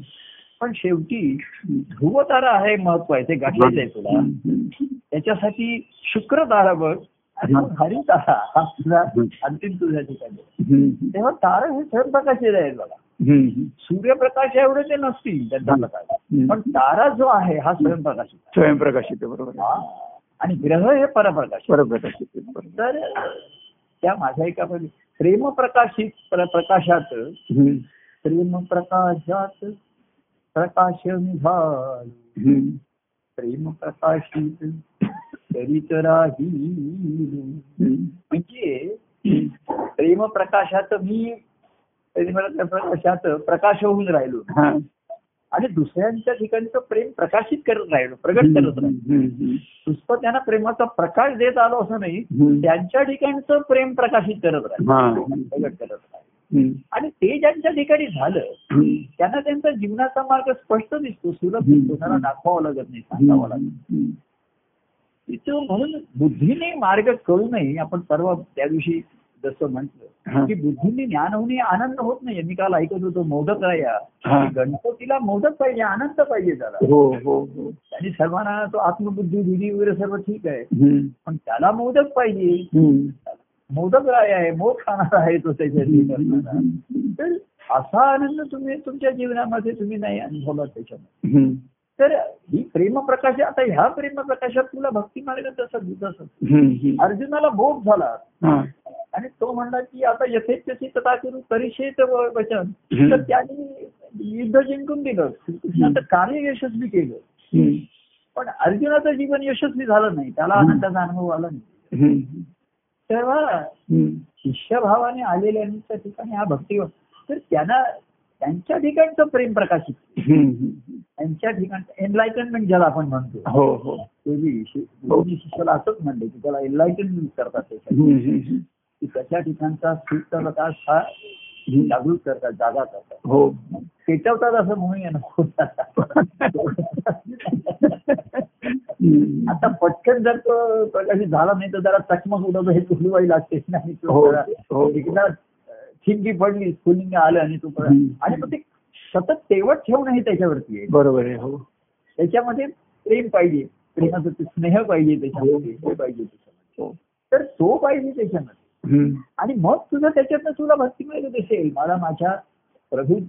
[SPEAKER 2] पण शेवटी ध्रुव तारा आहे महत्व आहे ते गाठायचं आहे तुला
[SPEAKER 1] हम्म.
[SPEAKER 2] त्याच्यासाठी शुक्र तारा बघ आणि मग हरी तारा हा तुझा अंतिम तुझ्या ठिकाणी
[SPEAKER 1] हम्म,
[SPEAKER 2] तेव्हा तारा हे स्वयंप्रकाशित आहेत बघा
[SPEAKER 1] हम्म.
[SPEAKER 2] सूर्यप्रकाश एवढे ते नसतील त्यांचा प्रकाश पण तारा जो आहे हा स्वयंप्रकाशित आहे.
[SPEAKER 1] स्वयंप्रकाशित आहे, बरोबर आहे.
[SPEAKER 2] हा. आणि ग्रह हे परप्रकाश
[SPEAKER 1] स्वयंप्रकाशित आहे, बरोबर आहे.
[SPEAKER 2] तर त्या माझ्या एका पण- प्रेमप्रकाशित प्र- प्रकाशात
[SPEAKER 1] हम्म,
[SPEAKER 2] प्रेम प्रकाशात प्रकाश निघाल
[SPEAKER 1] हम्म.
[SPEAKER 2] प्रेम प्रकाशित करीत राही
[SPEAKER 1] हम्म,
[SPEAKER 2] म्हणजे
[SPEAKER 1] हम्म.
[SPEAKER 2] प्रेम प्रकाशात मी प्रेम प्रकाशात प्रकाश होऊन राहिलो
[SPEAKER 1] हा.
[SPEAKER 2] आणि दुसऱ्यांच्या ठिकाणचं प्रेम प्रकाशित करत राहिलो प्रगट
[SPEAKER 1] हम्म,
[SPEAKER 2] करत राहिलो
[SPEAKER 1] हम्म, हम्म.
[SPEAKER 2] नुसतं त्यांना प्रेमाचा प्रकाश देत आलो असं नाही
[SPEAKER 1] हम्म.
[SPEAKER 2] त्यांच्या ठिकाणचं प्रेम प्रकाशित करत
[SPEAKER 1] हा.
[SPEAKER 2] राहिलं प्रगट करत राहिलं
[SPEAKER 1] हम्म,
[SPEAKER 2] आणि ते ज्यांच्या ठिकाणी झालं
[SPEAKER 1] हम्म.
[SPEAKER 2] त्यांना त्यांचा जीवनाचा मार्ग स्पष्ट दिसतो सुलभ दिसतो
[SPEAKER 1] हम्म.
[SPEAKER 2] त्यांना दाखवावा लागत नाही सांगावा लागत नाही.
[SPEAKER 1] हम्म,
[SPEAKER 2] तिथं म्हणून बुद्धीने मार्ग कळू नये आपण परवा त्या दिवशी जसं
[SPEAKER 1] हा.
[SPEAKER 2] म्हटलं की बुद्धीने ज्ञान होणे आनंद होत नाहीये मी काल ऐकत होतो मोदक राया
[SPEAKER 1] हा.
[SPEAKER 2] की गणपतीला मोदक पाहिजे आनंद पाहिजे त्याला
[SPEAKER 1] हो हो हो
[SPEAKER 2] आणि सर्वांना तो आत्मबुद्धी दिली वगैरे सर्व ठीक आहे
[SPEAKER 1] हम्म,
[SPEAKER 2] पण त्याला मोदक पाहिजे
[SPEAKER 1] हम्म.
[SPEAKER 2] मोदक राय आहे मोद खाणारा आहे तो त्याच्या जीवनातला. तर असा आनंद तुम्ही तुमच्या जीवनामध्ये तुम्ही नाही अनुभवला त्याच्यामध्ये
[SPEAKER 1] हम्म,
[SPEAKER 2] तर ही प्रेमप्रकाश आता ह्या प्रेमप्रकाशात तुला भक्ती मार्ग तसा दिसत असतो.
[SPEAKER 1] हम्म, हम्म.
[SPEAKER 2] अर्जुनाला भोग झाला
[SPEAKER 1] हा.
[SPEAKER 2] आणि तो म्हणला की आता यथेच्छसी तथा करू परिषेत वचन
[SPEAKER 1] हम्म.
[SPEAKER 2] तर त्यांनी युद्ध जिंकून दिलं श्रीकृष्णाचं कार्य यशस्वी केलं
[SPEAKER 1] हम्म,
[SPEAKER 2] पण अर्जुनाचं जीवन यशस्वी झालं नाही त्याला
[SPEAKER 1] हम्म.
[SPEAKER 2] आनंदाचा अनुभव आला नाही
[SPEAKER 1] हम्म,
[SPEAKER 2] तेव्हा
[SPEAKER 1] हम्म.
[SPEAKER 2] शिष्यभावाने आलेल्यांच्या ठिकाणी हा भक्ती तर त्यांना त्यांच्या ठिकाणचं प्रेम प्रकाशित
[SPEAKER 1] हम्म.
[SPEAKER 2] त्यांच्या ठिकाणचं एनलायटनमेंट ज्याला आपण म्हणतो
[SPEAKER 1] हो हो
[SPEAKER 2] ते बी शि- गुरुजी शिष्याला असंच म्हणले की त्याला एनलायटनमेंट करतात त्याच्यात
[SPEAKER 1] हम्म, हम्म.
[SPEAKER 2] की त्याच्या ठिकाणचा सुप्त प्रकाश हा
[SPEAKER 1] हम्म.
[SPEAKER 2] जागृत करतात जागा करतात
[SPEAKER 1] हो
[SPEAKER 2] पेटवतात असं म्हणूया ना
[SPEAKER 1] हम्म.
[SPEAKER 2] आता पटकन जर तो प्रकाशित झाला नाही तर जरा चकमक उडवतो हे तुलवाई लागते नाही
[SPEAKER 1] हो, हो.
[SPEAKER 2] एकदा ठिपकी पडली स्फुलिंग आलं आणि तू परत-
[SPEAKER 1] हम्म.
[SPEAKER 2] आणि मग ते सतत तेवट ठेवणं हे त्याच्यावरती आहे
[SPEAKER 1] बरोबर आहे हो
[SPEAKER 2] त्याच्यामध्ये प्रेम पाहिजे प्रेमाचं ते स्नेह पाहिजे
[SPEAKER 1] हो,
[SPEAKER 2] त्याच्यामध्ये हे पाहिजे त्याच्यामध्ये तर तो पाहिजे त्याच्यामध्ये
[SPEAKER 1] हम्म.
[SPEAKER 2] आणि मग तुझं त्याच्यातनं तुला भक्ती मिळत असेल मला माझ्या प्रभू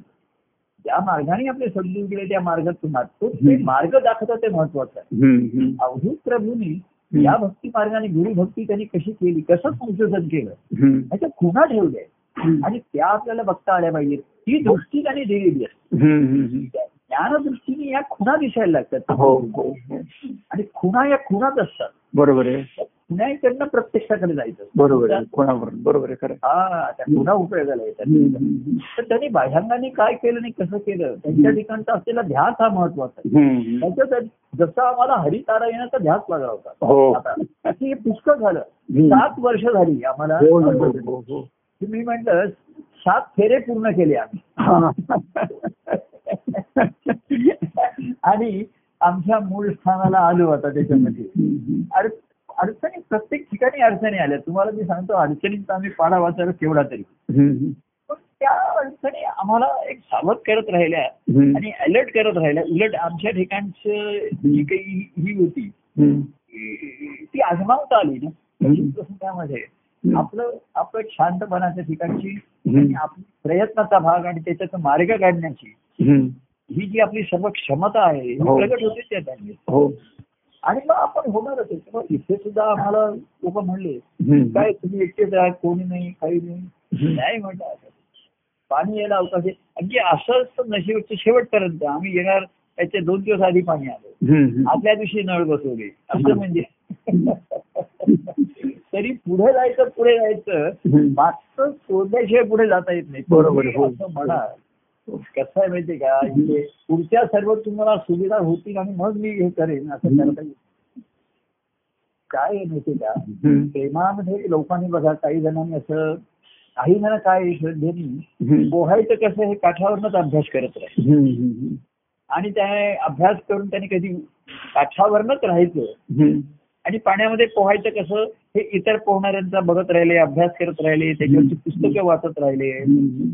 [SPEAKER 2] ज्या मार्गाने आपले समजून गेले त्या मार्गातून तो ते
[SPEAKER 1] हम्म.
[SPEAKER 2] मार्ग दाखवतात ते महत्वाचं आहे
[SPEAKER 1] हम्म, हम्म.
[SPEAKER 2] अवधूत प्रभूंनी या भक्ती मार्गाने गुरु भक्ती त्यांनी कशी केली कसं संशोधन केलं
[SPEAKER 1] हम्म.
[SPEAKER 2] त्याच्या खुणा ठेवल्या
[SPEAKER 1] हम्म.
[SPEAKER 2] आणि त्या आपल्याला बघता आल्या पाहिजेत ती दृष्टी त्यांनी दिलेली असते
[SPEAKER 1] हम्म, हम्म,
[SPEAKER 2] त्या ज्ञानदृष्टीने या खुणा दिसायला लागतात
[SPEAKER 1] हम्म. हो हो हो.
[SPEAKER 2] आणि खुणा या खुणात असतात
[SPEAKER 1] बरोबर आहे
[SPEAKER 2] खुणाकडनं प्रत्यक्षाकडे जायचं
[SPEAKER 1] बरोबर आहे कोणावर बरोबर आहे खरं आहे.
[SPEAKER 2] हा त्या खुणा उपयोगाला
[SPEAKER 1] हम्म,
[SPEAKER 2] येतात
[SPEAKER 1] हम्म,
[SPEAKER 2] तर त्यांनी बाह्यांनी काय केलं आणि कसं केलं त्यांच्या ठिकाणचा असलेला ध्यास हा महत्वाचा आहे
[SPEAKER 1] हम्म, हम्म.
[SPEAKER 2] त्याच्यात जसं आम्हाला हरितारा येण्याचा ध्यास लागला होता
[SPEAKER 1] हो
[SPEAKER 2] आता त्याची हे पुस्तक झालं
[SPEAKER 1] हम्म.
[SPEAKER 2] सात वर्ष झाली आम्हाला
[SPEAKER 1] हो ना, हो, हो, हो.
[SPEAKER 2] की मी म्हंटल सात फेरे पूर्ण केले आम्ही
[SPEAKER 1] हा. हो.
[SPEAKER 2] आणि आमच्या मूळ स्थानाला आलो आता त्याच्यामध्ये
[SPEAKER 1] हम्म,
[SPEAKER 2] अड- अडचणी प्रत्येक ठिकाणी अडचणी आल्या तुम्हाला मी सांगतो अडचणींचा आम्ही पाडा वाचायला केवढा तरी
[SPEAKER 1] हम्म,
[SPEAKER 2] पण त्या अडचणी आम्हाला एक सावध करत राहिल्या
[SPEAKER 1] हम्म,
[SPEAKER 2] आणि अलर्ट करत राहिल्या उलट आमच्या ठिकाणचं जी काही ही होती
[SPEAKER 1] हम्म,
[SPEAKER 2] ती- ती आजमावता आली ना
[SPEAKER 1] हम्म.
[SPEAKER 2] प्रसंगामध्ये
[SPEAKER 1] हम्म.
[SPEAKER 2] आपलं आपलं एक शांतपणाच्या ठिकाणची
[SPEAKER 1] हम्म.
[SPEAKER 2] आणि आपली प्रयत्नाचा भाग आणि त्याच्यात मार्ग काढण्याची
[SPEAKER 1] हम्म.
[SPEAKER 2] ही जी आपली सर्व क्षमता आहे ही
[SPEAKER 1] हो.
[SPEAKER 2] प्रगट होते त्या time ला.
[SPEAKER 1] हो
[SPEAKER 2] आणि मग आपण होणार असेल मग इथे सुद्धा आम्हाला लोक म्हणले
[SPEAKER 1] हम्म.
[SPEAKER 2] काय तुम्ही एकटेच आहात कोणी नाही काही नाही
[SPEAKER 1] हम्म.
[SPEAKER 2] नाही म्हटलं असं. पाणी यायला अवकाश आहे. अगदी असंच नशिबाचं शेवटपर्यंत आम्ही येणार त्याच्या दोन दिवस आधी पाणी आलं
[SPEAKER 1] हम्म.
[SPEAKER 2] आदल्या दिवशी नळ बसवले असं
[SPEAKER 1] हं.
[SPEAKER 2] म्हणजे तरी पुढे जायचं पुढे जायचं
[SPEAKER 1] हं.
[SPEAKER 2] मागचं सोडल्याशिवाय पुढे जाता येत नाही
[SPEAKER 1] बरोबर, हो.
[SPEAKER 2] असं म्हणा कसं आहे माहितीये का इथे पुढच्या सर्व तुम्हाला सुविधा होतील आणि मग मी हे करेन असं
[SPEAKER 1] हं.
[SPEAKER 2] करता येईल काय आहे माहितीये का
[SPEAKER 1] हम्म.
[SPEAKER 2] प्रेमामध्ये लोकांनी बघा काही जणांनी असं काही जण काय श्रद्धेनी
[SPEAKER 1] हम्म.
[SPEAKER 2] पोहायचं कसं हे काठावरनच अभ्यास करत राहील
[SPEAKER 1] हम्म.
[SPEAKER 2] आणि त्या अभ्यास करून त्यांनी कधी काठावरनच राहायचं
[SPEAKER 1] हम्म.
[SPEAKER 2] आणि पाण्यामध्ये पोहायचं कसं हे इतर पोहणाऱ्यांचा बघत राहिले अभ्यास करत राहिले त्याच्यावरची
[SPEAKER 1] हम्म.
[SPEAKER 2] पुस्तकं वाचत राहिले
[SPEAKER 1] हम्म.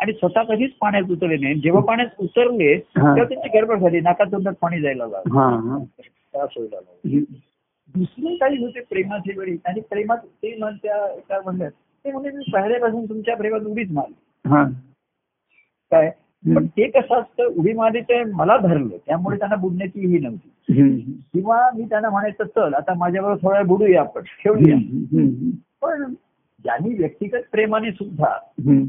[SPEAKER 2] आणि स्वतः कधीच पाण्यात उतरले नाही जेव्हा पाण्यात उतरले तेव्हा त्यांची गडबड झाली नाकातोंडात पाणी जायला लागलं
[SPEAKER 1] हा, हा.
[SPEAKER 2] त्रास व्हायला लागला
[SPEAKER 1] हम्म.
[SPEAKER 2] दुसरे काही होते प्रेमाचे वेळी आणि प्रेमात ते मन त्या काय म्हणतात ते म्हणजे मी पहिल्यापासून तुमच्या प्रेमात उडीच मारली
[SPEAKER 1] हा.
[SPEAKER 2] काय
[SPEAKER 1] हम्म.
[SPEAKER 2] पण ते कसं असतं उडी मारली ते मला धरलं त्यामुळे त्यांना बुडण्याची ही नव्हती
[SPEAKER 1] हम्म.
[SPEAKER 2] किंवा मी त्यांना म्हणायचं चल आता माझ्याबरोबर थोडा वेळ बुडूया आपण ठेवूया
[SPEAKER 1] हम्म. हम्म.
[SPEAKER 2] पण ज्यांनी व्यक्तिगत प्रेमाने सुद्धा
[SPEAKER 1] हम्म.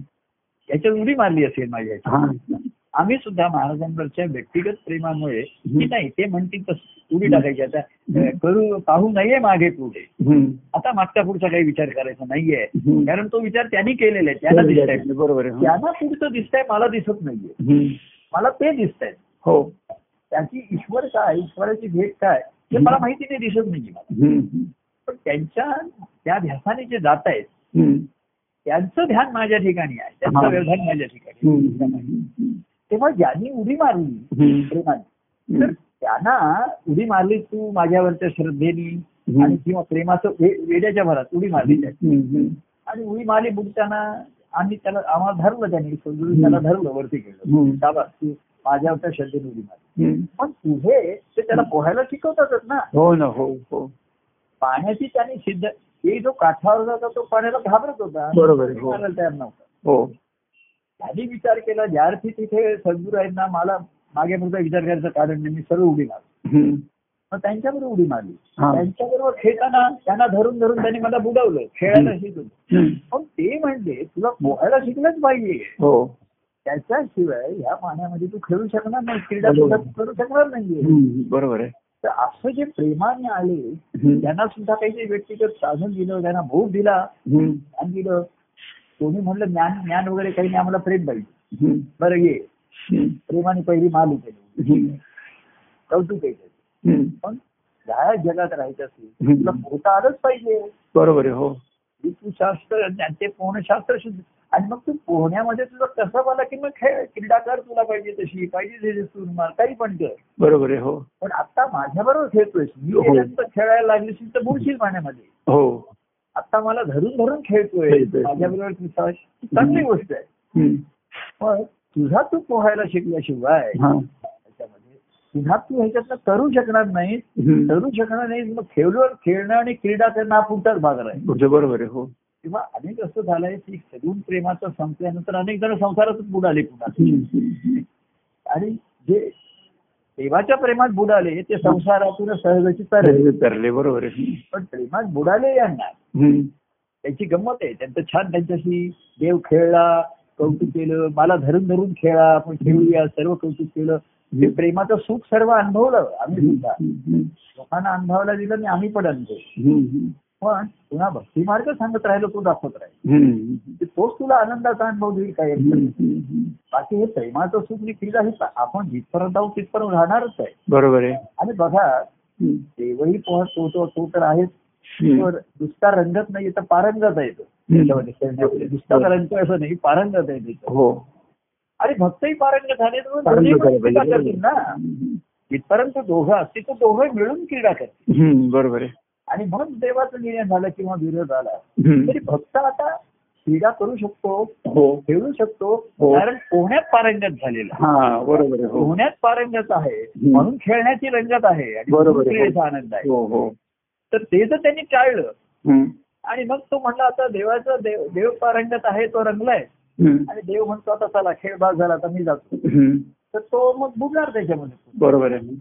[SPEAKER 2] याच्यात उडी मारली असेल माझ्या याच्यात.
[SPEAKER 1] हा.
[SPEAKER 2] आम्ही सुद्धा महाराजांवरच्या व्यक्तिगत प्रेमामुळे की नाही ते म्हणतील तसं उडी टाकायची आता अं, करू पाहू नाहीये मागे पुढे
[SPEAKER 1] हम्म.
[SPEAKER 2] आता मागचा पुढचा काही विचार करायचा नाहीये
[SPEAKER 1] हम्म.
[SPEAKER 2] कारण तो विचार त्यांनी केलेला आहे त्यांना दिसताय
[SPEAKER 1] बरोबर आहे हा.
[SPEAKER 2] त्यांना पुढचं दिसतंय मला दिसत नाहीये
[SPEAKER 1] हम्म.
[SPEAKER 2] मला ते दिसतंय
[SPEAKER 1] हो
[SPEAKER 2] त्याची ईश्वर काय ईश्वराची भेट काय हे मला माहिती नाही दिसत नाही मला
[SPEAKER 1] हम्म.
[SPEAKER 2] पण त्यांच्या त्या ध्यासाने जे जात आहेत
[SPEAKER 1] हम्म.
[SPEAKER 2] त्यांचं ध्यान माझ्या ठिकाणी आहे त्यांचं
[SPEAKER 1] हा.
[SPEAKER 2] व्यवधान माझ्या ठिकाणी आहे.
[SPEAKER 1] हम्म.
[SPEAKER 2] तेव्हा ज्यांनी उडी मारली
[SPEAKER 1] हम्म.
[SPEAKER 2] प्रेमाने तर त्यांना उडी मारली तू माझ्यावरच्या श्रद्धेने
[SPEAKER 1] हम्म.
[SPEAKER 2] आणि किंवा प्रेमाचं वे- वेड्याच्या भरात उडी मारली त्याने.
[SPEAKER 1] हम्म.
[SPEAKER 2] आणि उडी मारली बुडताना आम्ही त्याला आम्हाला धरलं त्यांनी समजून त्याला धरलं वरती
[SPEAKER 1] हम्म.
[SPEAKER 2] गेलं शाबास तू माझ्यावरच्या श्रद्धेने उडी मारली
[SPEAKER 1] हम्म.
[SPEAKER 2] पण तुझे ते त्याला पोहायला शिकवतातच ना
[SPEAKER 1] हो ना हो हो
[SPEAKER 2] पाण्याची त्याने सिद्ध ते जो काठावर जाता तो पाण्याला घाबरत होता
[SPEAKER 1] बरोबर आहे, हो.
[SPEAKER 2] पाण्याला तयार नव्हता
[SPEAKER 1] हो
[SPEAKER 2] त्यांनी विचार केला ज्या अर्थी तिथे सद्गुरू आहेत ना मला मागे पुढचा विचार करायचं कारण नाही मी सर्व उडी मारली
[SPEAKER 1] हम्म.
[SPEAKER 2] मग त्यांच्याबरोबर उडी मारली
[SPEAKER 1] हा.
[SPEAKER 2] त्यांच्याबरोबर खेळताना त्यांना धरून धरून त्यांनी मला बुडवलं खेळायला
[SPEAKER 1] हम्म.
[SPEAKER 2] शिकवलं
[SPEAKER 1] हम्म.
[SPEAKER 2] पण ते म्हणजे तुला पोहायला शिकलंच पाहिजे
[SPEAKER 1] हो
[SPEAKER 2] त्याच्याशिवाय ह्या पाण्यामध्ये तू खेळू शकणार नाही क्रीडा
[SPEAKER 1] बरोबर.
[SPEAKER 2] सुद्धा तू करू शकणार नाही
[SPEAKER 1] हम्म. बरोबर आहे
[SPEAKER 2] तर असं जे प्रेमाने आले
[SPEAKER 1] हम्म.
[SPEAKER 2] त्यांना सुद्धा काही जे व्यक्तिगत साधन दिलं त्यांना भोग दिला
[SPEAKER 1] हम्म.
[SPEAKER 2] ज्ञान दिलं कोणी म्हणलं ज्ञान ज्ञान वगैरे काही नाही आम्हाला प्रेम पाहिजे
[SPEAKER 1] हम्म.
[SPEAKER 2] बरं ये
[SPEAKER 1] हम्म.
[SPEAKER 2] प्रेमाने पहिली मालू केली
[SPEAKER 1] हम्म.
[SPEAKER 2] कौतुक केलं
[SPEAKER 1] हम्म.
[SPEAKER 2] पण ह्या जगात राहायचं असेल
[SPEAKER 1] हम्म.
[SPEAKER 2] तुला पोहता आलंच पाहिजे
[SPEAKER 1] बरोबर आहे हो
[SPEAKER 2] हे तू शास्त्र आणि ते पोहणं शास्त्र शुद्ध आणि मग तू पोहण्यामध्ये तुझा कसा मला की मग खेळ क्रीडा कर तुला पाहिजे तशी पाहिजे तशी तू मार काही पण कर
[SPEAKER 1] बरोबर आहे हो
[SPEAKER 2] पण आता माझ्याबरोबर खेळतोयस मी
[SPEAKER 1] हो.
[SPEAKER 2] त्याच्यानंतर खेळायला लागलीस तर बुडशील पाण्यामध्ये
[SPEAKER 1] हो
[SPEAKER 2] आता मला धरून धरून खेळतोय
[SPEAKER 1] खेळतोय.
[SPEAKER 2] माझ्याबरोबर तुझा चांगली गोष्ट आहे पण तुझा तू पोहायला शिकल्याशिवाय
[SPEAKER 1] हा.
[SPEAKER 2] त्याच्यामध्ये तुझा तू ह्याच्यातनं करू शकणार नाही
[SPEAKER 1] हम्म.
[SPEAKER 2] करू शकणार नाही मग खेळवर खेळणं आणि क्रीडा त्यांना पुढचाच भाग आहे
[SPEAKER 1] तुझं बरोबर आहे हो
[SPEAKER 2] किंवा अनेक असं झालंय की सगून प्रेमाचं संपल्यानंतर अनेक जण संसारातच बुडाले पुन्हा
[SPEAKER 1] हम्म.
[SPEAKER 2] आणि जे देवाच्या प्रेमात बुडाले ते संसारातून सहजाची तरले
[SPEAKER 1] तरले- तरले बरोबर आहे
[SPEAKER 2] पण प्रेमात बुडाले यांना
[SPEAKER 1] हम्म.
[SPEAKER 2] त्याची गंमत आहे त्यांचं छान त्यांच्याशी देव खेळला कौतुक केलं मला धरून धरून खेळा आपण खेळूया सर्व कौतुक केलं हे प्रेमाचं सुख सर्व अनुभवलं आम्ही सुद्धा
[SPEAKER 1] हम्म.
[SPEAKER 2] लोकांना अनुभवायला दिलं आणि आम्ही पण अनुभव
[SPEAKER 1] हम्म.
[SPEAKER 2] पण पुन्हा भक्ती मार्ग सांगत राहिलो तो दाखवत राहील
[SPEAKER 1] हम्म.
[SPEAKER 2] तोच तुला आनंदाचा अनुभव देईल काय अडचण नाही.
[SPEAKER 1] हम्म.
[SPEAKER 2] बाकी हे प्रेमाचं सुख आणि क्रीडा हे आपण जिथपर्यंत आहोत तिथपर्यंत राहणारच आहे
[SPEAKER 1] बरोबर आहे
[SPEAKER 2] आणि बघा
[SPEAKER 1] हम्म.
[SPEAKER 2] देवही पोहचतो तो तो तर आहेच
[SPEAKER 1] हम्म.
[SPEAKER 2] तर दुसरा रंगत नाही तर पारंगत आहे तो त्याच्यामध्ये खेळण्यामध्ये. दुसरा तर रंगतो असं नाही पारंगत आहे त्याचं
[SPEAKER 1] हो
[SPEAKER 2] आणि भक्तही पारंगत झाले तर दोन्ही
[SPEAKER 1] चांगलं
[SPEAKER 2] पण
[SPEAKER 1] करायला
[SPEAKER 2] क्रीडा
[SPEAKER 1] पाहिजे.
[SPEAKER 2] करतील ना जिथपर्यंत दोघं असतील तर दोघं मिळून क्रीडा करतील
[SPEAKER 1] हम्म. बरोबर आहे
[SPEAKER 2] आणि मग देवाचं निर्णय झाला किंवा विरोध आला तरी
[SPEAKER 1] हम्म.
[SPEAKER 2] भक्त आता क्रीडा करू शकतो
[SPEAKER 1] हो
[SPEAKER 2] खेळू शकतो
[SPEAKER 1] हो.
[SPEAKER 2] कारण पोहण्यात पारंगत झालेला आहे.
[SPEAKER 1] हा बरोबर आहे हो
[SPEAKER 2] पोहण्यात पारंगत आहे म्हणून खेळण्याची रंगत आहे आणि
[SPEAKER 1] बरोबर आहे.
[SPEAKER 2] क्रीडेचा आनंद आहे
[SPEAKER 1] हो हो
[SPEAKER 2] तर ते जर त्यांनी टाळलं
[SPEAKER 1] हम्म.
[SPEAKER 2] आणि मग तो म्हणला आता देवाचा देव देव पारंगत आहे तो रंगलाय
[SPEAKER 1] हम्म.
[SPEAKER 2] आणि देव म्हणतो आता चला खेळ बाद झाला आता मी जातो
[SPEAKER 1] हम्म.
[SPEAKER 2] तर तो मग बुडणार त्याच्यामध्ये
[SPEAKER 1] बरोबर आहे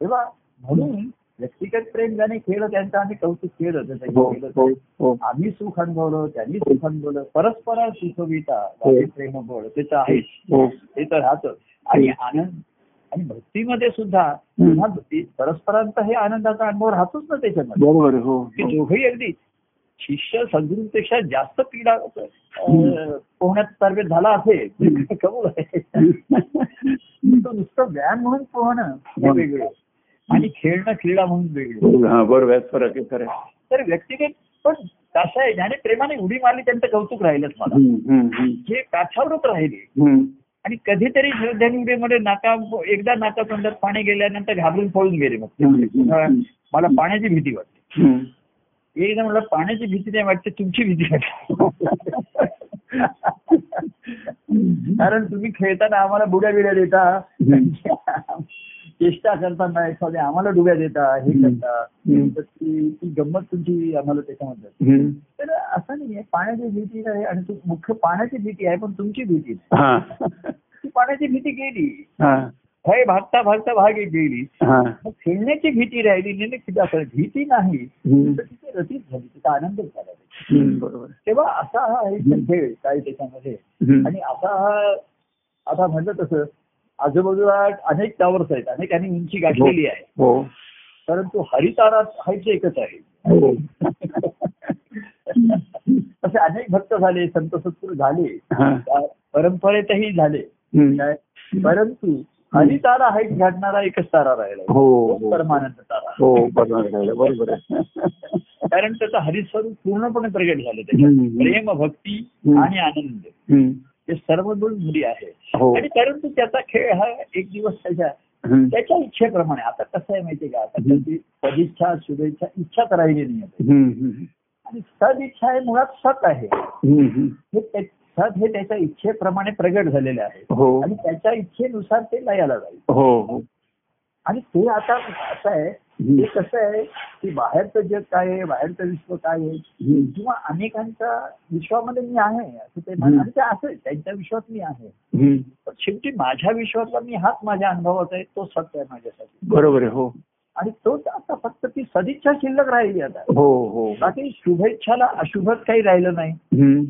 [SPEAKER 2] तेव्हा म्हणून व्यक्तिगत प्रेम ज्याने केलं त्यांचं आम्ही कौतुक केलं जसं
[SPEAKER 1] हो
[SPEAKER 2] केलं
[SPEAKER 1] हो
[SPEAKER 2] तसं.
[SPEAKER 1] हो
[SPEAKER 2] आम्ही सुख अनुभवलं त्यांनी सुख अनुभवलं परस्परा सुखविता वाचे प्रेम बळ ते तर आहेच
[SPEAKER 1] हो
[SPEAKER 2] ते तर राहतं आणि आनंद आणि भक्तीमध्ये सुद्धा
[SPEAKER 1] हम्म.
[SPEAKER 2] हा भक्ती- परस्परांचा हे आनंदाचा अनुभव राहतोच ना त्याच्यामध्ये
[SPEAKER 1] बरोबर आहे हो
[SPEAKER 2] की
[SPEAKER 1] हो.
[SPEAKER 2] दोघेही अगदी शिष्य सद्गुरूंपेक्षा जास्त क्रीडा अं, पोहण्यात तर्फे झाला असेल कबूल आहे पण तो नुसतं व्यायाम म्हणून पोहणं हे वेगळं आणि खेळणं क्रीडा म्हणून वेगळं
[SPEAKER 1] हा बरोबर आहे फरक आहे खरं आहे.
[SPEAKER 2] तर व्यक्तिगत पण कसं आहे ज्याने प्रेमाने उडी मारली त्यांचं कौतुक राहिलंच मला
[SPEAKER 1] हम्म, हम्म, हम्म.
[SPEAKER 2] जे काठावरच राहिले
[SPEAKER 1] हम्म.
[SPEAKER 2] आणि कधीतरी श्रद्धाने उडीमध्ये नाका एकदा नाका तोंडात पाणी गेल्यानंतर घाबरून पळून गेले मग ते.
[SPEAKER 1] हम्म,
[SPEAKER 2] पुन्हा
[SPEAKER 1] हम्म.
[SPEAKER 2] मला पाण्याची भीती वाटते
[SPEAKER 1] हम्म.
[SPEAKER 2] एकदा मला पाण्याची भीती नाही वाटते तुमची भीती वाटते कारण तुम्ही खेळताना आम्हाला बुड्या बिड्या देता चेष्टा करताना एखाद्या आम्हाला डुब्या देता हे करता
[SPEAKER 1] हम्म.
[SPEAKER 2] तर ती ती गंमत तुमची आम्हाला त्याच्यामध्ये जाते.
[SPEAKER 1] हम्म.
[SPEAKER 2] तर असं नाहीये पाण्याची भीती आहे आणि तू मुख्य पाण्याची भीती आहे पण तुमची भीती नाही.
[SPEAKER 1] हा
[SPEAKER 2] ती पाण्याची भीती गेली
[SPEAKER 1] हा
[SPEAKER 2] भय भागता भागता भागी गेली
[SPEAKER 1] हा
[SPEAKER 2] मग खेळण्याची भीती राहिली नाही नाही किती असं भीती नाही
[SPEAKER 1] हम्म.
[SPEAKER 2] तर तिथे रतीच झाली तिचा आनंद झाला
[SPEAKER 1] हम्म, बरोबर आहे.
[SPEAKER 2] तेव्हा असा हा एक खेळ काय त्याच्यामध्ये
[SPEAKER 1] म्हणजे हम्म.
[SPEAKER 2] आणि असा हा आता म्हटलं तसं आजूबाजूला अनेक टावर्स आहेत अनेकांनी उंची गाठलेली आहे
[SPEAKER 1] हो
[SPEAKER 2] परंतु हरितारा हाईट एकच आहे
[SPEAKER 1] हो
[SPEAKER 2] असे अनेक भक्त झाले संत सत्पुर झाले
[SPEAKER 1] हा
[SPEAKER 2] त्या परंपरेतही झाले
[SPEAKER 1] हम्म.
[SPEAKER 2] काय? परंतु हरितारा हाईट गाठणारा एकच तारा राहिला
[SPEAKER 1] हो
[SPEAKER 2] तोच
[SPEAKER 1] हो
[SPEAKER 2] परमानंद तारा
[SPEAKER 1] हो बरोबर आहे, बरोबर आहे.
[SPEAKER 2] कारण त्याचं हरिस्वरूप पूर्णपणे प्रगट झालं त्याच्यात
[SPEAKER 1] हम्म.
[SPEAKER 2] प्रेम भक्ती
[SPEAKER 1] हम्म.
[SPEAKER 2] आणि आनंद
[SPEAKER 1] हम्म.
[SPEAKER 2] हे सर्व गुण मुली आहे
[SPEAKER 1] हो
[SPEAKER 2] आणि परंतु त्याचा खेळ हा एक दिवस त्याच्या
[SPEAKER 1] हम्म.
[SPEAKER 2] त्याच्या इच्छेप्रमाणे आता कसं आहे माहितीये का आता
[SPEAKER 1] हम्म.
[SPEAKER 2] त्याची सदिच्छा शुभेच्छा इच्छाच राहिली नाही आता.
[SPEAKER 1] हम्म, हम्म.
[SPEAKER 2] आणि सदिच्छा हे मुळात सत आहे
[SPEAKER 1] हम्म, हम्म.
[SPEAKER 2] हे त्या- सत हे त्याच्या इच्छेप्रमाणे प्रगट झालेले आहे
[SPEAKER 1] हो
[SPEAKER 2] आणि त्याच्या इच्छेनुसार ते लयाला जाईल
[SPEAKER 1] हो हो
[SPEAKER 2] आणि ते आता असं आहे
[SPEAKER 1] हम्म.
[SPEAKER 2] ते कसं आहे की बाहेरचं जग काय आहे बाहेरचं विश्व काय आहे
[SPEAKER 1] हम्म.
[SPEAKER 2] किंवा अनेकांच्या विश्वामध्ये मी आहे असं ते
[SPEAKER 1] हम्म.
[SPEAKER 2] म्हणतात आणि ते असेल त्यांच्या विश्वात मी आहे
[SPEAKER 1] हम्म.
[SPEAKER 2] पण शेवटी माझ्या विश्वातला मी हाच माझ्या अनुभवाचा आहे तो सत्य आहे माझ्यासाठी
[SPEAKER 1] बरोबर आहे हो
[SPEAKER 2] आणि तोच आता फक्त ती सदिच्छा शिल्लक राहिली आता
[SPEAKER 1] हो हो
[SPEAKER 2] बाकी शुभेच्छाला अशुभच काही राहिलं नाही
[SPEAKER 1] हम्म.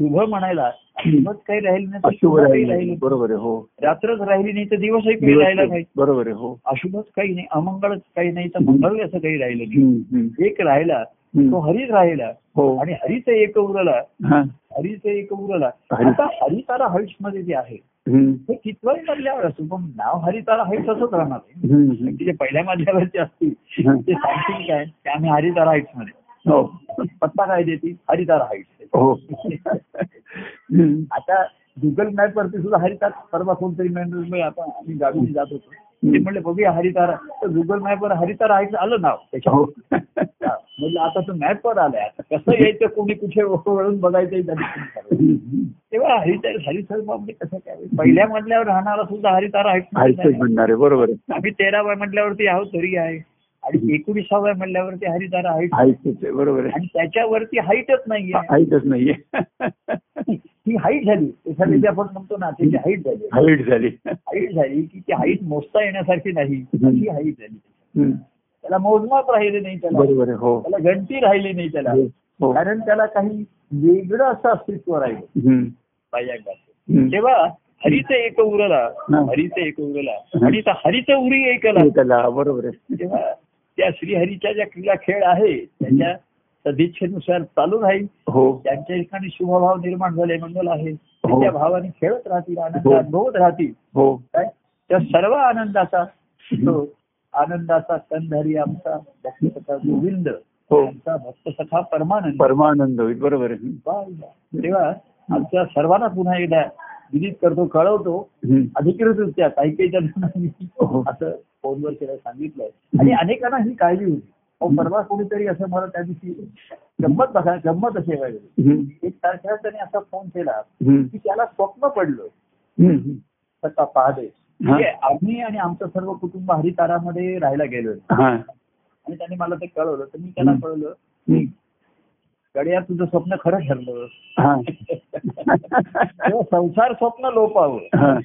[SPEAKER 2] शुभ म्हणायला अशुभच काही राहिलं नाही तर
[SPEAKER 1] अशुभ
[SPEAKER 2] शुभही
[SPEAKER 1] राहील
[SPEAKER 2] राहिलं
[SPEAKER 1] नाही. बरोबर आहे हो
[SPEAKER 2] नाही. रात्रच राहिली नाही तर दिवसही काही राहिला नाही
[SPEAKER 1] बरोबर आहे हो
[SPEAKER 2] अशुभच काही नाही अमंगळच काही नाही तर मंगळ असं काही राहिलं नाही
[SPEAKER 1] हम्म, हम्म.
[SPEAKER 2] एक राहिला तो
[SPEAKER 1] हम्म.
[SPEAKER 2] हरीच राहिला
[SPEAKER 1] हो
[SPEAKER 2] आणि हरीचे एक उरला
[SPEAKER 1] हा.
[SPEAKER 2] हरीचे एक उरला
[SPEAKER 1] हरी.
[SPEAKER 2] आता हरितारा हर्ष मध्ये जे आहे
[SPEAKER 1] हम्म.
[SPEAKER 2] हे कितवाही मजल्यावर असतो पण नाव हरितारा हर्ष असंच राहणार आहे.
[SPEAKER 1] हम्म, हम्म.
[SPEAKER 2] म्हणजे जे पहिल्या मजल्यावरचे असतील
[SPEAKER 1] हा.
[SPEAKER 2] ते सांगतील काय की आम्ही हरितारा हाईट्स मध्ये
[SPEAKER 1] हो
[SPEAKER 2] पत्ता काय देतील हरितारा हाईट्स
[SPEAKER 1] हो हम्म.
[SPEAKER 2] आता गुगल मॅप वरती सुद्धा हरितार परवा कोणतरी मॅनेजमेंट आपण आम्ही गाडीने जात होतो ते म्हणले बघूया हरितारा तर गुगल मॅप वर हरितारा हाईट्स आलं नाव
[SPEAKER 1] हो
[SPEAKER 2] त्याच्यावर म्हटलं आता तो मॅपवर आलाय आता कसं यायचं कोणी कुठे वळून बघायचं हे दर्शन करायचं. तेव्हा हरितार हरिसर बाबी कसं काय पहिल्या मजल्यावर राहणारा सुद्धा हरितारा
[SPEAKER 1] हरकत
[SPEAKER 2] आहेत
[SPEAKER 1] म्हणणार आहे बरोबर आहे.
[SPEAKER 2] आम्ही तेराव्या म्हटल्यावरती आहोत तरी आहे आणि एकोणीसाव्या म्हटल्यावरती हरितारा हाईट
[SPEAKER 1] ऐकतच आहे बरोबर आहे
[SPEAKER 2] आणि त्याच्यावरती हाईटच नाहीये
[SPEAKER 1] ऐकतच नाहीये
[SPEAKER 2] ही हाईट झाली एखादी जी आपण म्हणतो ना त्याची हाईट झाली
[SPEAKER 1] हाईट झाली
[SPEAKER 2] हाईट झाली की ती हाईट मोजता येण्यासारखी नाही
[SPEAKER 1] हम्म.
[SPEAKER 2] अशी हाईट झाली
[SPEAKER 1] हम्म.
[SPEAKER 2] त्याला मोजमाप राहिले नाही त्याला
[SPEAKER 1] बरोबर आहे हो
[SPEAKER 2] त्याला गणती राहिली नाही त्याला
[SPEAKER 1] हो
[SPEAKER 2] कारण त्याला काही वेगळं असं अस्तित्व राहिलं
[SPEAKER 1] हम्म.
[SPEAKER 2] पाहिजे
[SPEAKER 1] हम्म.
[SPEAKER 2] तेव्हा हरीचं एक उरला
[SPEAKER 1] हा.
[SPEAKER 2] हरीचं एक उरला
[SPEAKER 1] हा. हो.
[SPEAKER 2] आणि त्या हरीचं उरी एकला
[SPEAKER 1] त्याला बरोबर आहे
[SPEAKER 2] तेव्हा त्या श्रीहरीच्या ज्या क्रीडा खेळ आहे त्याच्या सदिच्छेनुसार चालू राहील
[SPEAKER 1] हो
[SPEAKER 2] त्यांच्या ठिकाणी शुभभाव निर्माण झाले मंगल आहे ते
[SPEAKER 1] हो.
[SPEAKER 2] त्या भावाने खेळत राहतील आनंद
[SPEAKER 1] हो.
[SPEAKER 2] अनुभवत राहतील
[SPEAKER 1] हो
[SPEAKER 2] काय त्या सर्व आनंदाचा तो आनंदाचा कंधारी आमचा भक्तसखा गोविंद
[SPEAKER 1] हो.
[SPEAKER 2] आमचा भक्तसखा परमानंद
[SPEAKER 1] परमानंद होईल बरोबर आहे
[SPEAKER 2] वा, वा. तेव्हा आमच्या सर्वांना पुन्हा एकदा विदित करतो कळवतो
[SPEAKER 1] हम्म.
[SPEAKER 2] अधिकृतरित्या काही काही जणांना मी
[SPEAKER 1] हो.
[SPEAKER 2] असं फोनवर केलं सांगितलंय आणि अनेकांना ही काळजी होती अहो परवा कोणीतरी असं मला त्या दिवशी गंमत बघा गंमत असे वाटली
[SPEAKER 1] हम्म.
[SPEAKER 2] एक तारखेला त्याने असा फोन केला
[SPEAKER 1] हम्म.
[SPEAKER 2] की त्याला स्वप्न पडलं
[SPEAKER 1] हम्म.
[SPEAKER 2] सकाळ पहाटे
[SPEAKER 1] हा.
[SPEAKER 2] म्हणजे आम्ही आणि आमचं सर्व कुटुंब हरितारामध्ये राहायला गेलो
[SPEAKER 1] हा
[SPEAKER 2] आणि त्याने मला ते कळवलं तर मी त्याला
[SPEAKER 1] हं.
[SPEAKER 2] कळवलं
[SPEAKER 1] हम्म.
[SPEAKER 2] गड्या तुझं स्वप्न खरं ठरलं
[SPEAKER 1] हा
[SPEAKER 2] तेव्हा संसार स्वप्न लोपावं
[SPEAKER 1] हा.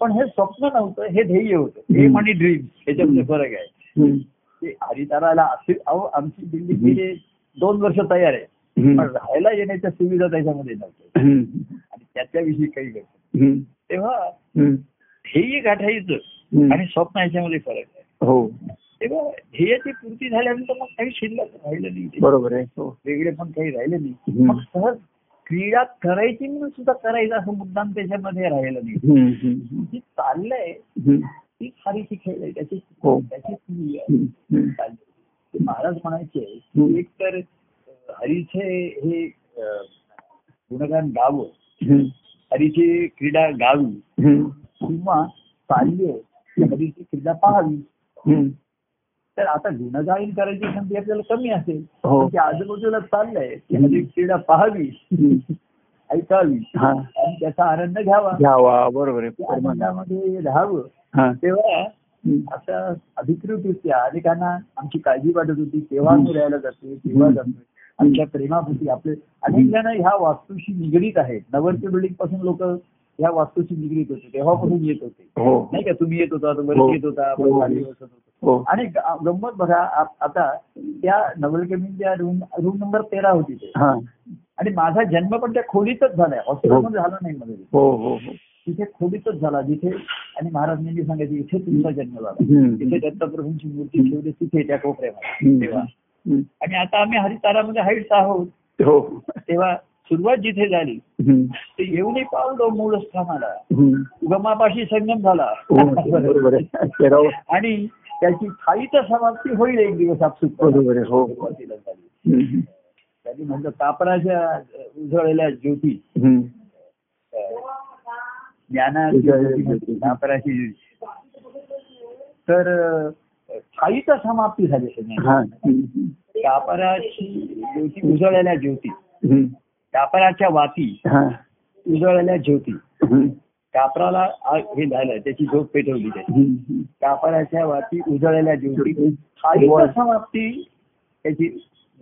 [SPEAKER 2] पण हे स्वप्न नव्हतं हे ध्येय होतं एम आणि ड्रीम ह्याच्यामध्ये फरक आहे
[SPEAKER 1] हम्म.
[SPEAKER 2] ते हरिताराला असे- अहो आमची दिल्ली गेले दोन वर्ष तयार आहे पण
[SPEAKER 1] हम्म.
[SPEAKER 2] राहायला येण्याच्या सुविधा त्याच्यामध्ये नव्हत्या
[SPEAKER 1] हम्म.
[SPEAKER 2] आणि त्याच्याविषयी काही नव्हतं
[SPEAKER 1] हम्म.
[SPEAKER 2] तेव्हा
[SPEAKER 1] हम्म.
[SPEAKER 2] ध्येय गाठायचं
[SPEAKER 1] हम्म.
[SPEAKER 2] आणि स्वप्न ह्याच्यामध्ये फरक आहे
[SPEAKER 1] हो
[SPEAKER 2] तेव्हा ध्येयाची पूर्ती झाल्यानंतर मग काही शिल्लक राहिलं नाही
[SPEAKER 1] बरोबर आहे हो
[SPEAKER 2] वेगळे पण काही राहिलं नाही
[SPEAKER 1] हम्म.
[SPEAKER 2] मग सहज क्रीडा करायची म्हणून सुद्धा करायचं असं मुद्दाम त्याच्यामध्ये राहिलं नाही
[SPEAKER 1] हम्म. हम्म.
[SPEAKER 2] जी चाललंय
[SPEAKER 1] हम्म.
[SPEAKER 2] तीच हरीची खेळ आहे त्याची
[SPEAKER 1] हो.
[SPEAKER 2] त्याची क्रिया आहे.
[SPEAKER 1] हम्म. हम्म.
[SPEAKER 2] चालली. ते महाराज म्हणायचे
[SPEAKER 1] हम्म.
[SPEAKER 2] की एक तर अ, हरीचे हे अ, गुणगान गावं
[SPEAKER 1] हम्म.
[SPEAKER 2] हरीची क्रीडा गावी
[SPEAKER 1] हम्म.
[SPEAKER 2] किंवा चालली आहे ती हरीची क्रीडा पाहावी
[SPEAKER 1] हम्म.
[SPEAKER 2] तर आता गुणगायन करायची संधी आपल्याला कमी असेल
[SPEAKER 1] हो.
[SPEAKER 2] पण ते आजूबाजूला चाललंय ती हरी क्रीडा पाहावी
[SPEAKER 1] हम्म.
[SPEAKER 2] ऐकावी
[SPEAKER 1] हा.
[SPEAKER 2] आणि त्याचा आनंद घ्यावा
[SPEAKER 1] घ्यावा बरोबर आहे
[SPEAKER 2] त्या
[SPEAKER 1] परमानंद
[SPEAKER 2] आनंदामध्ये राहावं
[SPEAKER 1] हा
[SPEAKER 2] तेव्हा
[SPEAKER 1] हम्म.
[SPEAKER 2] आता अधिकृतरित्या अनेकांना आमची काळजी वाटत होती तेव्हा आम्ही राहायला जातोय तेव्हा जातोय आमच्या प्रेमापोटी आपले अनेक जण ह्या वास्तूशी निगडीत आहेत नवरचे बिल्डिंग पासून लोक ह्या वास्तूशी निगडीत होते तेव्हापासून येत होते
[SPEAKER 1] हो
[SPEAKER 2] नाही का तुम्ही येत होता
[SPEAKER 1] हो.
[SPEAKER 2] वरती येत होता आपण
[SPEAKER 1] हो.
[SPEAKER 2] खाली बसत होतो
[SPEAKER 1] हो
[SPEAKER 2] आणि ग- गंमत बघा आ- आता त्या नवलकमीच्या रूम रूम नंबर तेरा होती ते
[SPEAKER 1] हा
[SPEAKER 2] आणि माझा जन्म पण त्या खोलीतच झालाय हॉस्पिटलमध्ये झाला नाही मध्ये
[SPEAKER 1] हो हो हो
[SPEAKER 2] तिथे खोलीतच झाला जिथे आणि महाराजांनी सांगितलं इथे तुमचा जन्म झाला
[SPEAKER 1] हम्म.
[SPEAKER 2] तिथे दत्तप्रभूंची मूर्ती ठेवली तिथे त्या कोपऱ्यामध्ये तेव्हा
[SPEAKER 1] हम्म. हम्म.
[SPEAKER 2] आणि आता आम्ही हरितारामध्ये हाईट्स आहोत
[SPEAKER 1] हो
[SPEAKER 2] तेव्हा सुरुवात जिथे झाली
[SPEAKER 1] हम्म.
[SPEAKER 2] ते येऊनही पावलो मूळ स्थानाला
[SPEAKER 1] हम्म.
[SPEAKER 2] उगमापाशी संगम झाला
[SPEAKER 1] हो, बरोबर आहे तेरावं.
[SPEAKER 2] आणि त्याची थाळी तर समाप्ती होईल एक दिवस आपसुक
[SPEAKER 1] बरोबर आहे हो
[SPEAKER 2] सुरुवातीला झाली
[SPEAKER 1] हम्म.
[SPEAKER 2] त्यांनी म्हणलं कापराच्या अ, उजळलेल्या ज्योती
[SPEAKER 1] हम्म.
[SPEAKER 2] अ, ज्ञानाची ज्योती म्हणते, कापराची ज्योती. तर अ, थाळीचा समाप्ती झाली सगळ्यांना
[SPEAKER 1] हा हम्म.
[SPEAKER 2] कापराची ज्योती उजळलेल्या ज्योती
[SPEAKER 1] हम्म.
[SPEAKER 2] कापराच्या वाती
[SPEAKER 1] हा
[SPEAKER 2] उजळलेल्या ज्योती
[SPEAKER 1] हम्म.
[SPEAKER 2] कापराला आ- हे झालं त्याची झोप पेटवली त्याची
[SPEAKER 1] हम्म.
[SPEAKER 2] कापराच्या वाती उजळलेल्या ज्योती थाळीचा समाप्ती त्याची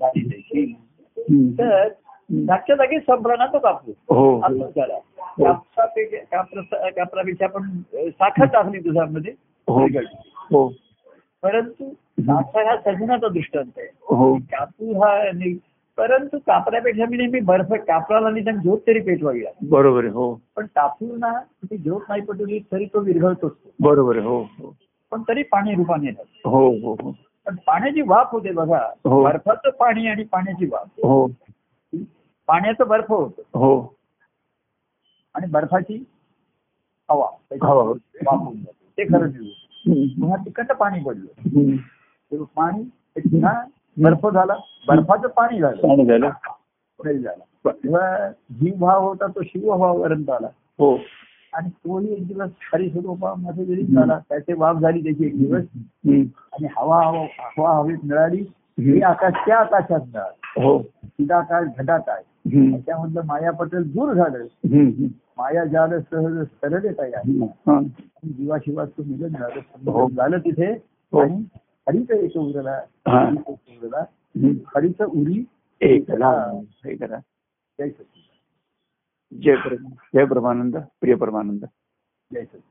[SPEAKER 2] झाली त्याची
[SPEAKER 1] हम्म.
[SPEAKER 2] तर जागच्या जागी संभ्रणा तो कापूस
[SPEAKER 1] हो
[SPEAKER 2] आपण झाला कापसापेक्षा कापसा- कापरापेक्षा आपण अ, साखर टाकली दुधामध्ये
[SPEAKER 1] हो हो
[SPEAKER 2] परंतु साखर हा सजनाचा दृष्टांत आहे
[SPEAKER 1] हो
[SPEAKER 2] कापूर हा नि- परंतु कापरापेक्षा मी नेहमी बर्फ कापराला निदान झोप तरी पेटवावी लागते
[SPEAKER 1] बरोबर आहे हो
[SPEAKER 2] पण कापूरना ती झोप नाही पेटवली तरी तो विरघळतोच
[SPEAKER 1] बरोबर आहे हो हो
[SPEAKER 2] पण तरी पाणी रूपाने येतात
[SPEAKER 1] हो हो हो
[SPEAKER 2] पण पाण्याची वाफ होते बघा
[SPEAKER 1] हो.
[SPEAKER 2] बर्फाचं पाणी आणि पाण्याची वाफ
[SPEAKER 1] हो
[SPEAKER 2] पाण्याचं बर्फ होतं
[SPEAKER 1] हो
[SPEAKER 2] आणि बर्फाची हवा
[SPEAKER 1] हवा होते.
[SPEAKER 2] वाफ होऊन जाते ते खरं दिवस
[SPEAKER 1] हम्म.
[SPEAKER 2] पुन्हा तिकडनं पाणी पडलं
[SPEAKER 1] हम्म.
[SPEAKER 2] तेव्हा पाणी ते पुन्हा बर्फ झाला बर्फाचं पाणी झालं
[SPEAKER 1] चांगलं झालं
[SPEAKER 2] नाही झालं तेव्हा जीव भाव होता तो शिवभावापर्यंत आला
[SPEAKER 1] हो
[SPEAKER 2] आणि तोही एक दिवस हरी स्वरूपामध्ये जरी झाला त्याचे वाफ झाली त्याची एक दिवस
[SPEAKER 1] हम्म.
[SPEAKER 2] आणि हवा हवा हवा हवेत मिळाली
[SPEAKER 1] हम्म.
[SPEAKER 2] हे आकाश त्या आकाशात
[SPEAKER 1] हो
[SPEAKER 2] चिदाकाश घटाकाश
[SPEAKER 1] हम्म.
[SPEAKER 2] त्याच्यामधलं मायापटल दूर झालं
[SPEAKER 1] हम्म.
[SPEAKER 2] माया जाल सहज सरळ येत आहे
[SPEAKER 1] हम्म. हा.
[SPEAKER 2] जीवाशिवाचं मिलन झालं
[SPEAKER 1] हो.
[SPEAKER 2] संबोधन झालं तिथे
[SPEAKER 1] हो.
[SPEAKER 2] आणि हरीचं एक उरला
[SPEAKER 1] हा.
[SPEAKER 2] हरीचं एक उरला
[SPEAKER 1] हम्म.
[SPEAKER 2] हरीचं उरी
[SPEAKER 1] एक राम, एक राम.
[SPEAKER 2] जय सच्चिदानंद
[SPEAKER 1] जय प्रमा- जय परमानंद प्रिय परमानंद
[SPEAKER 2] जय सच्चिदानंद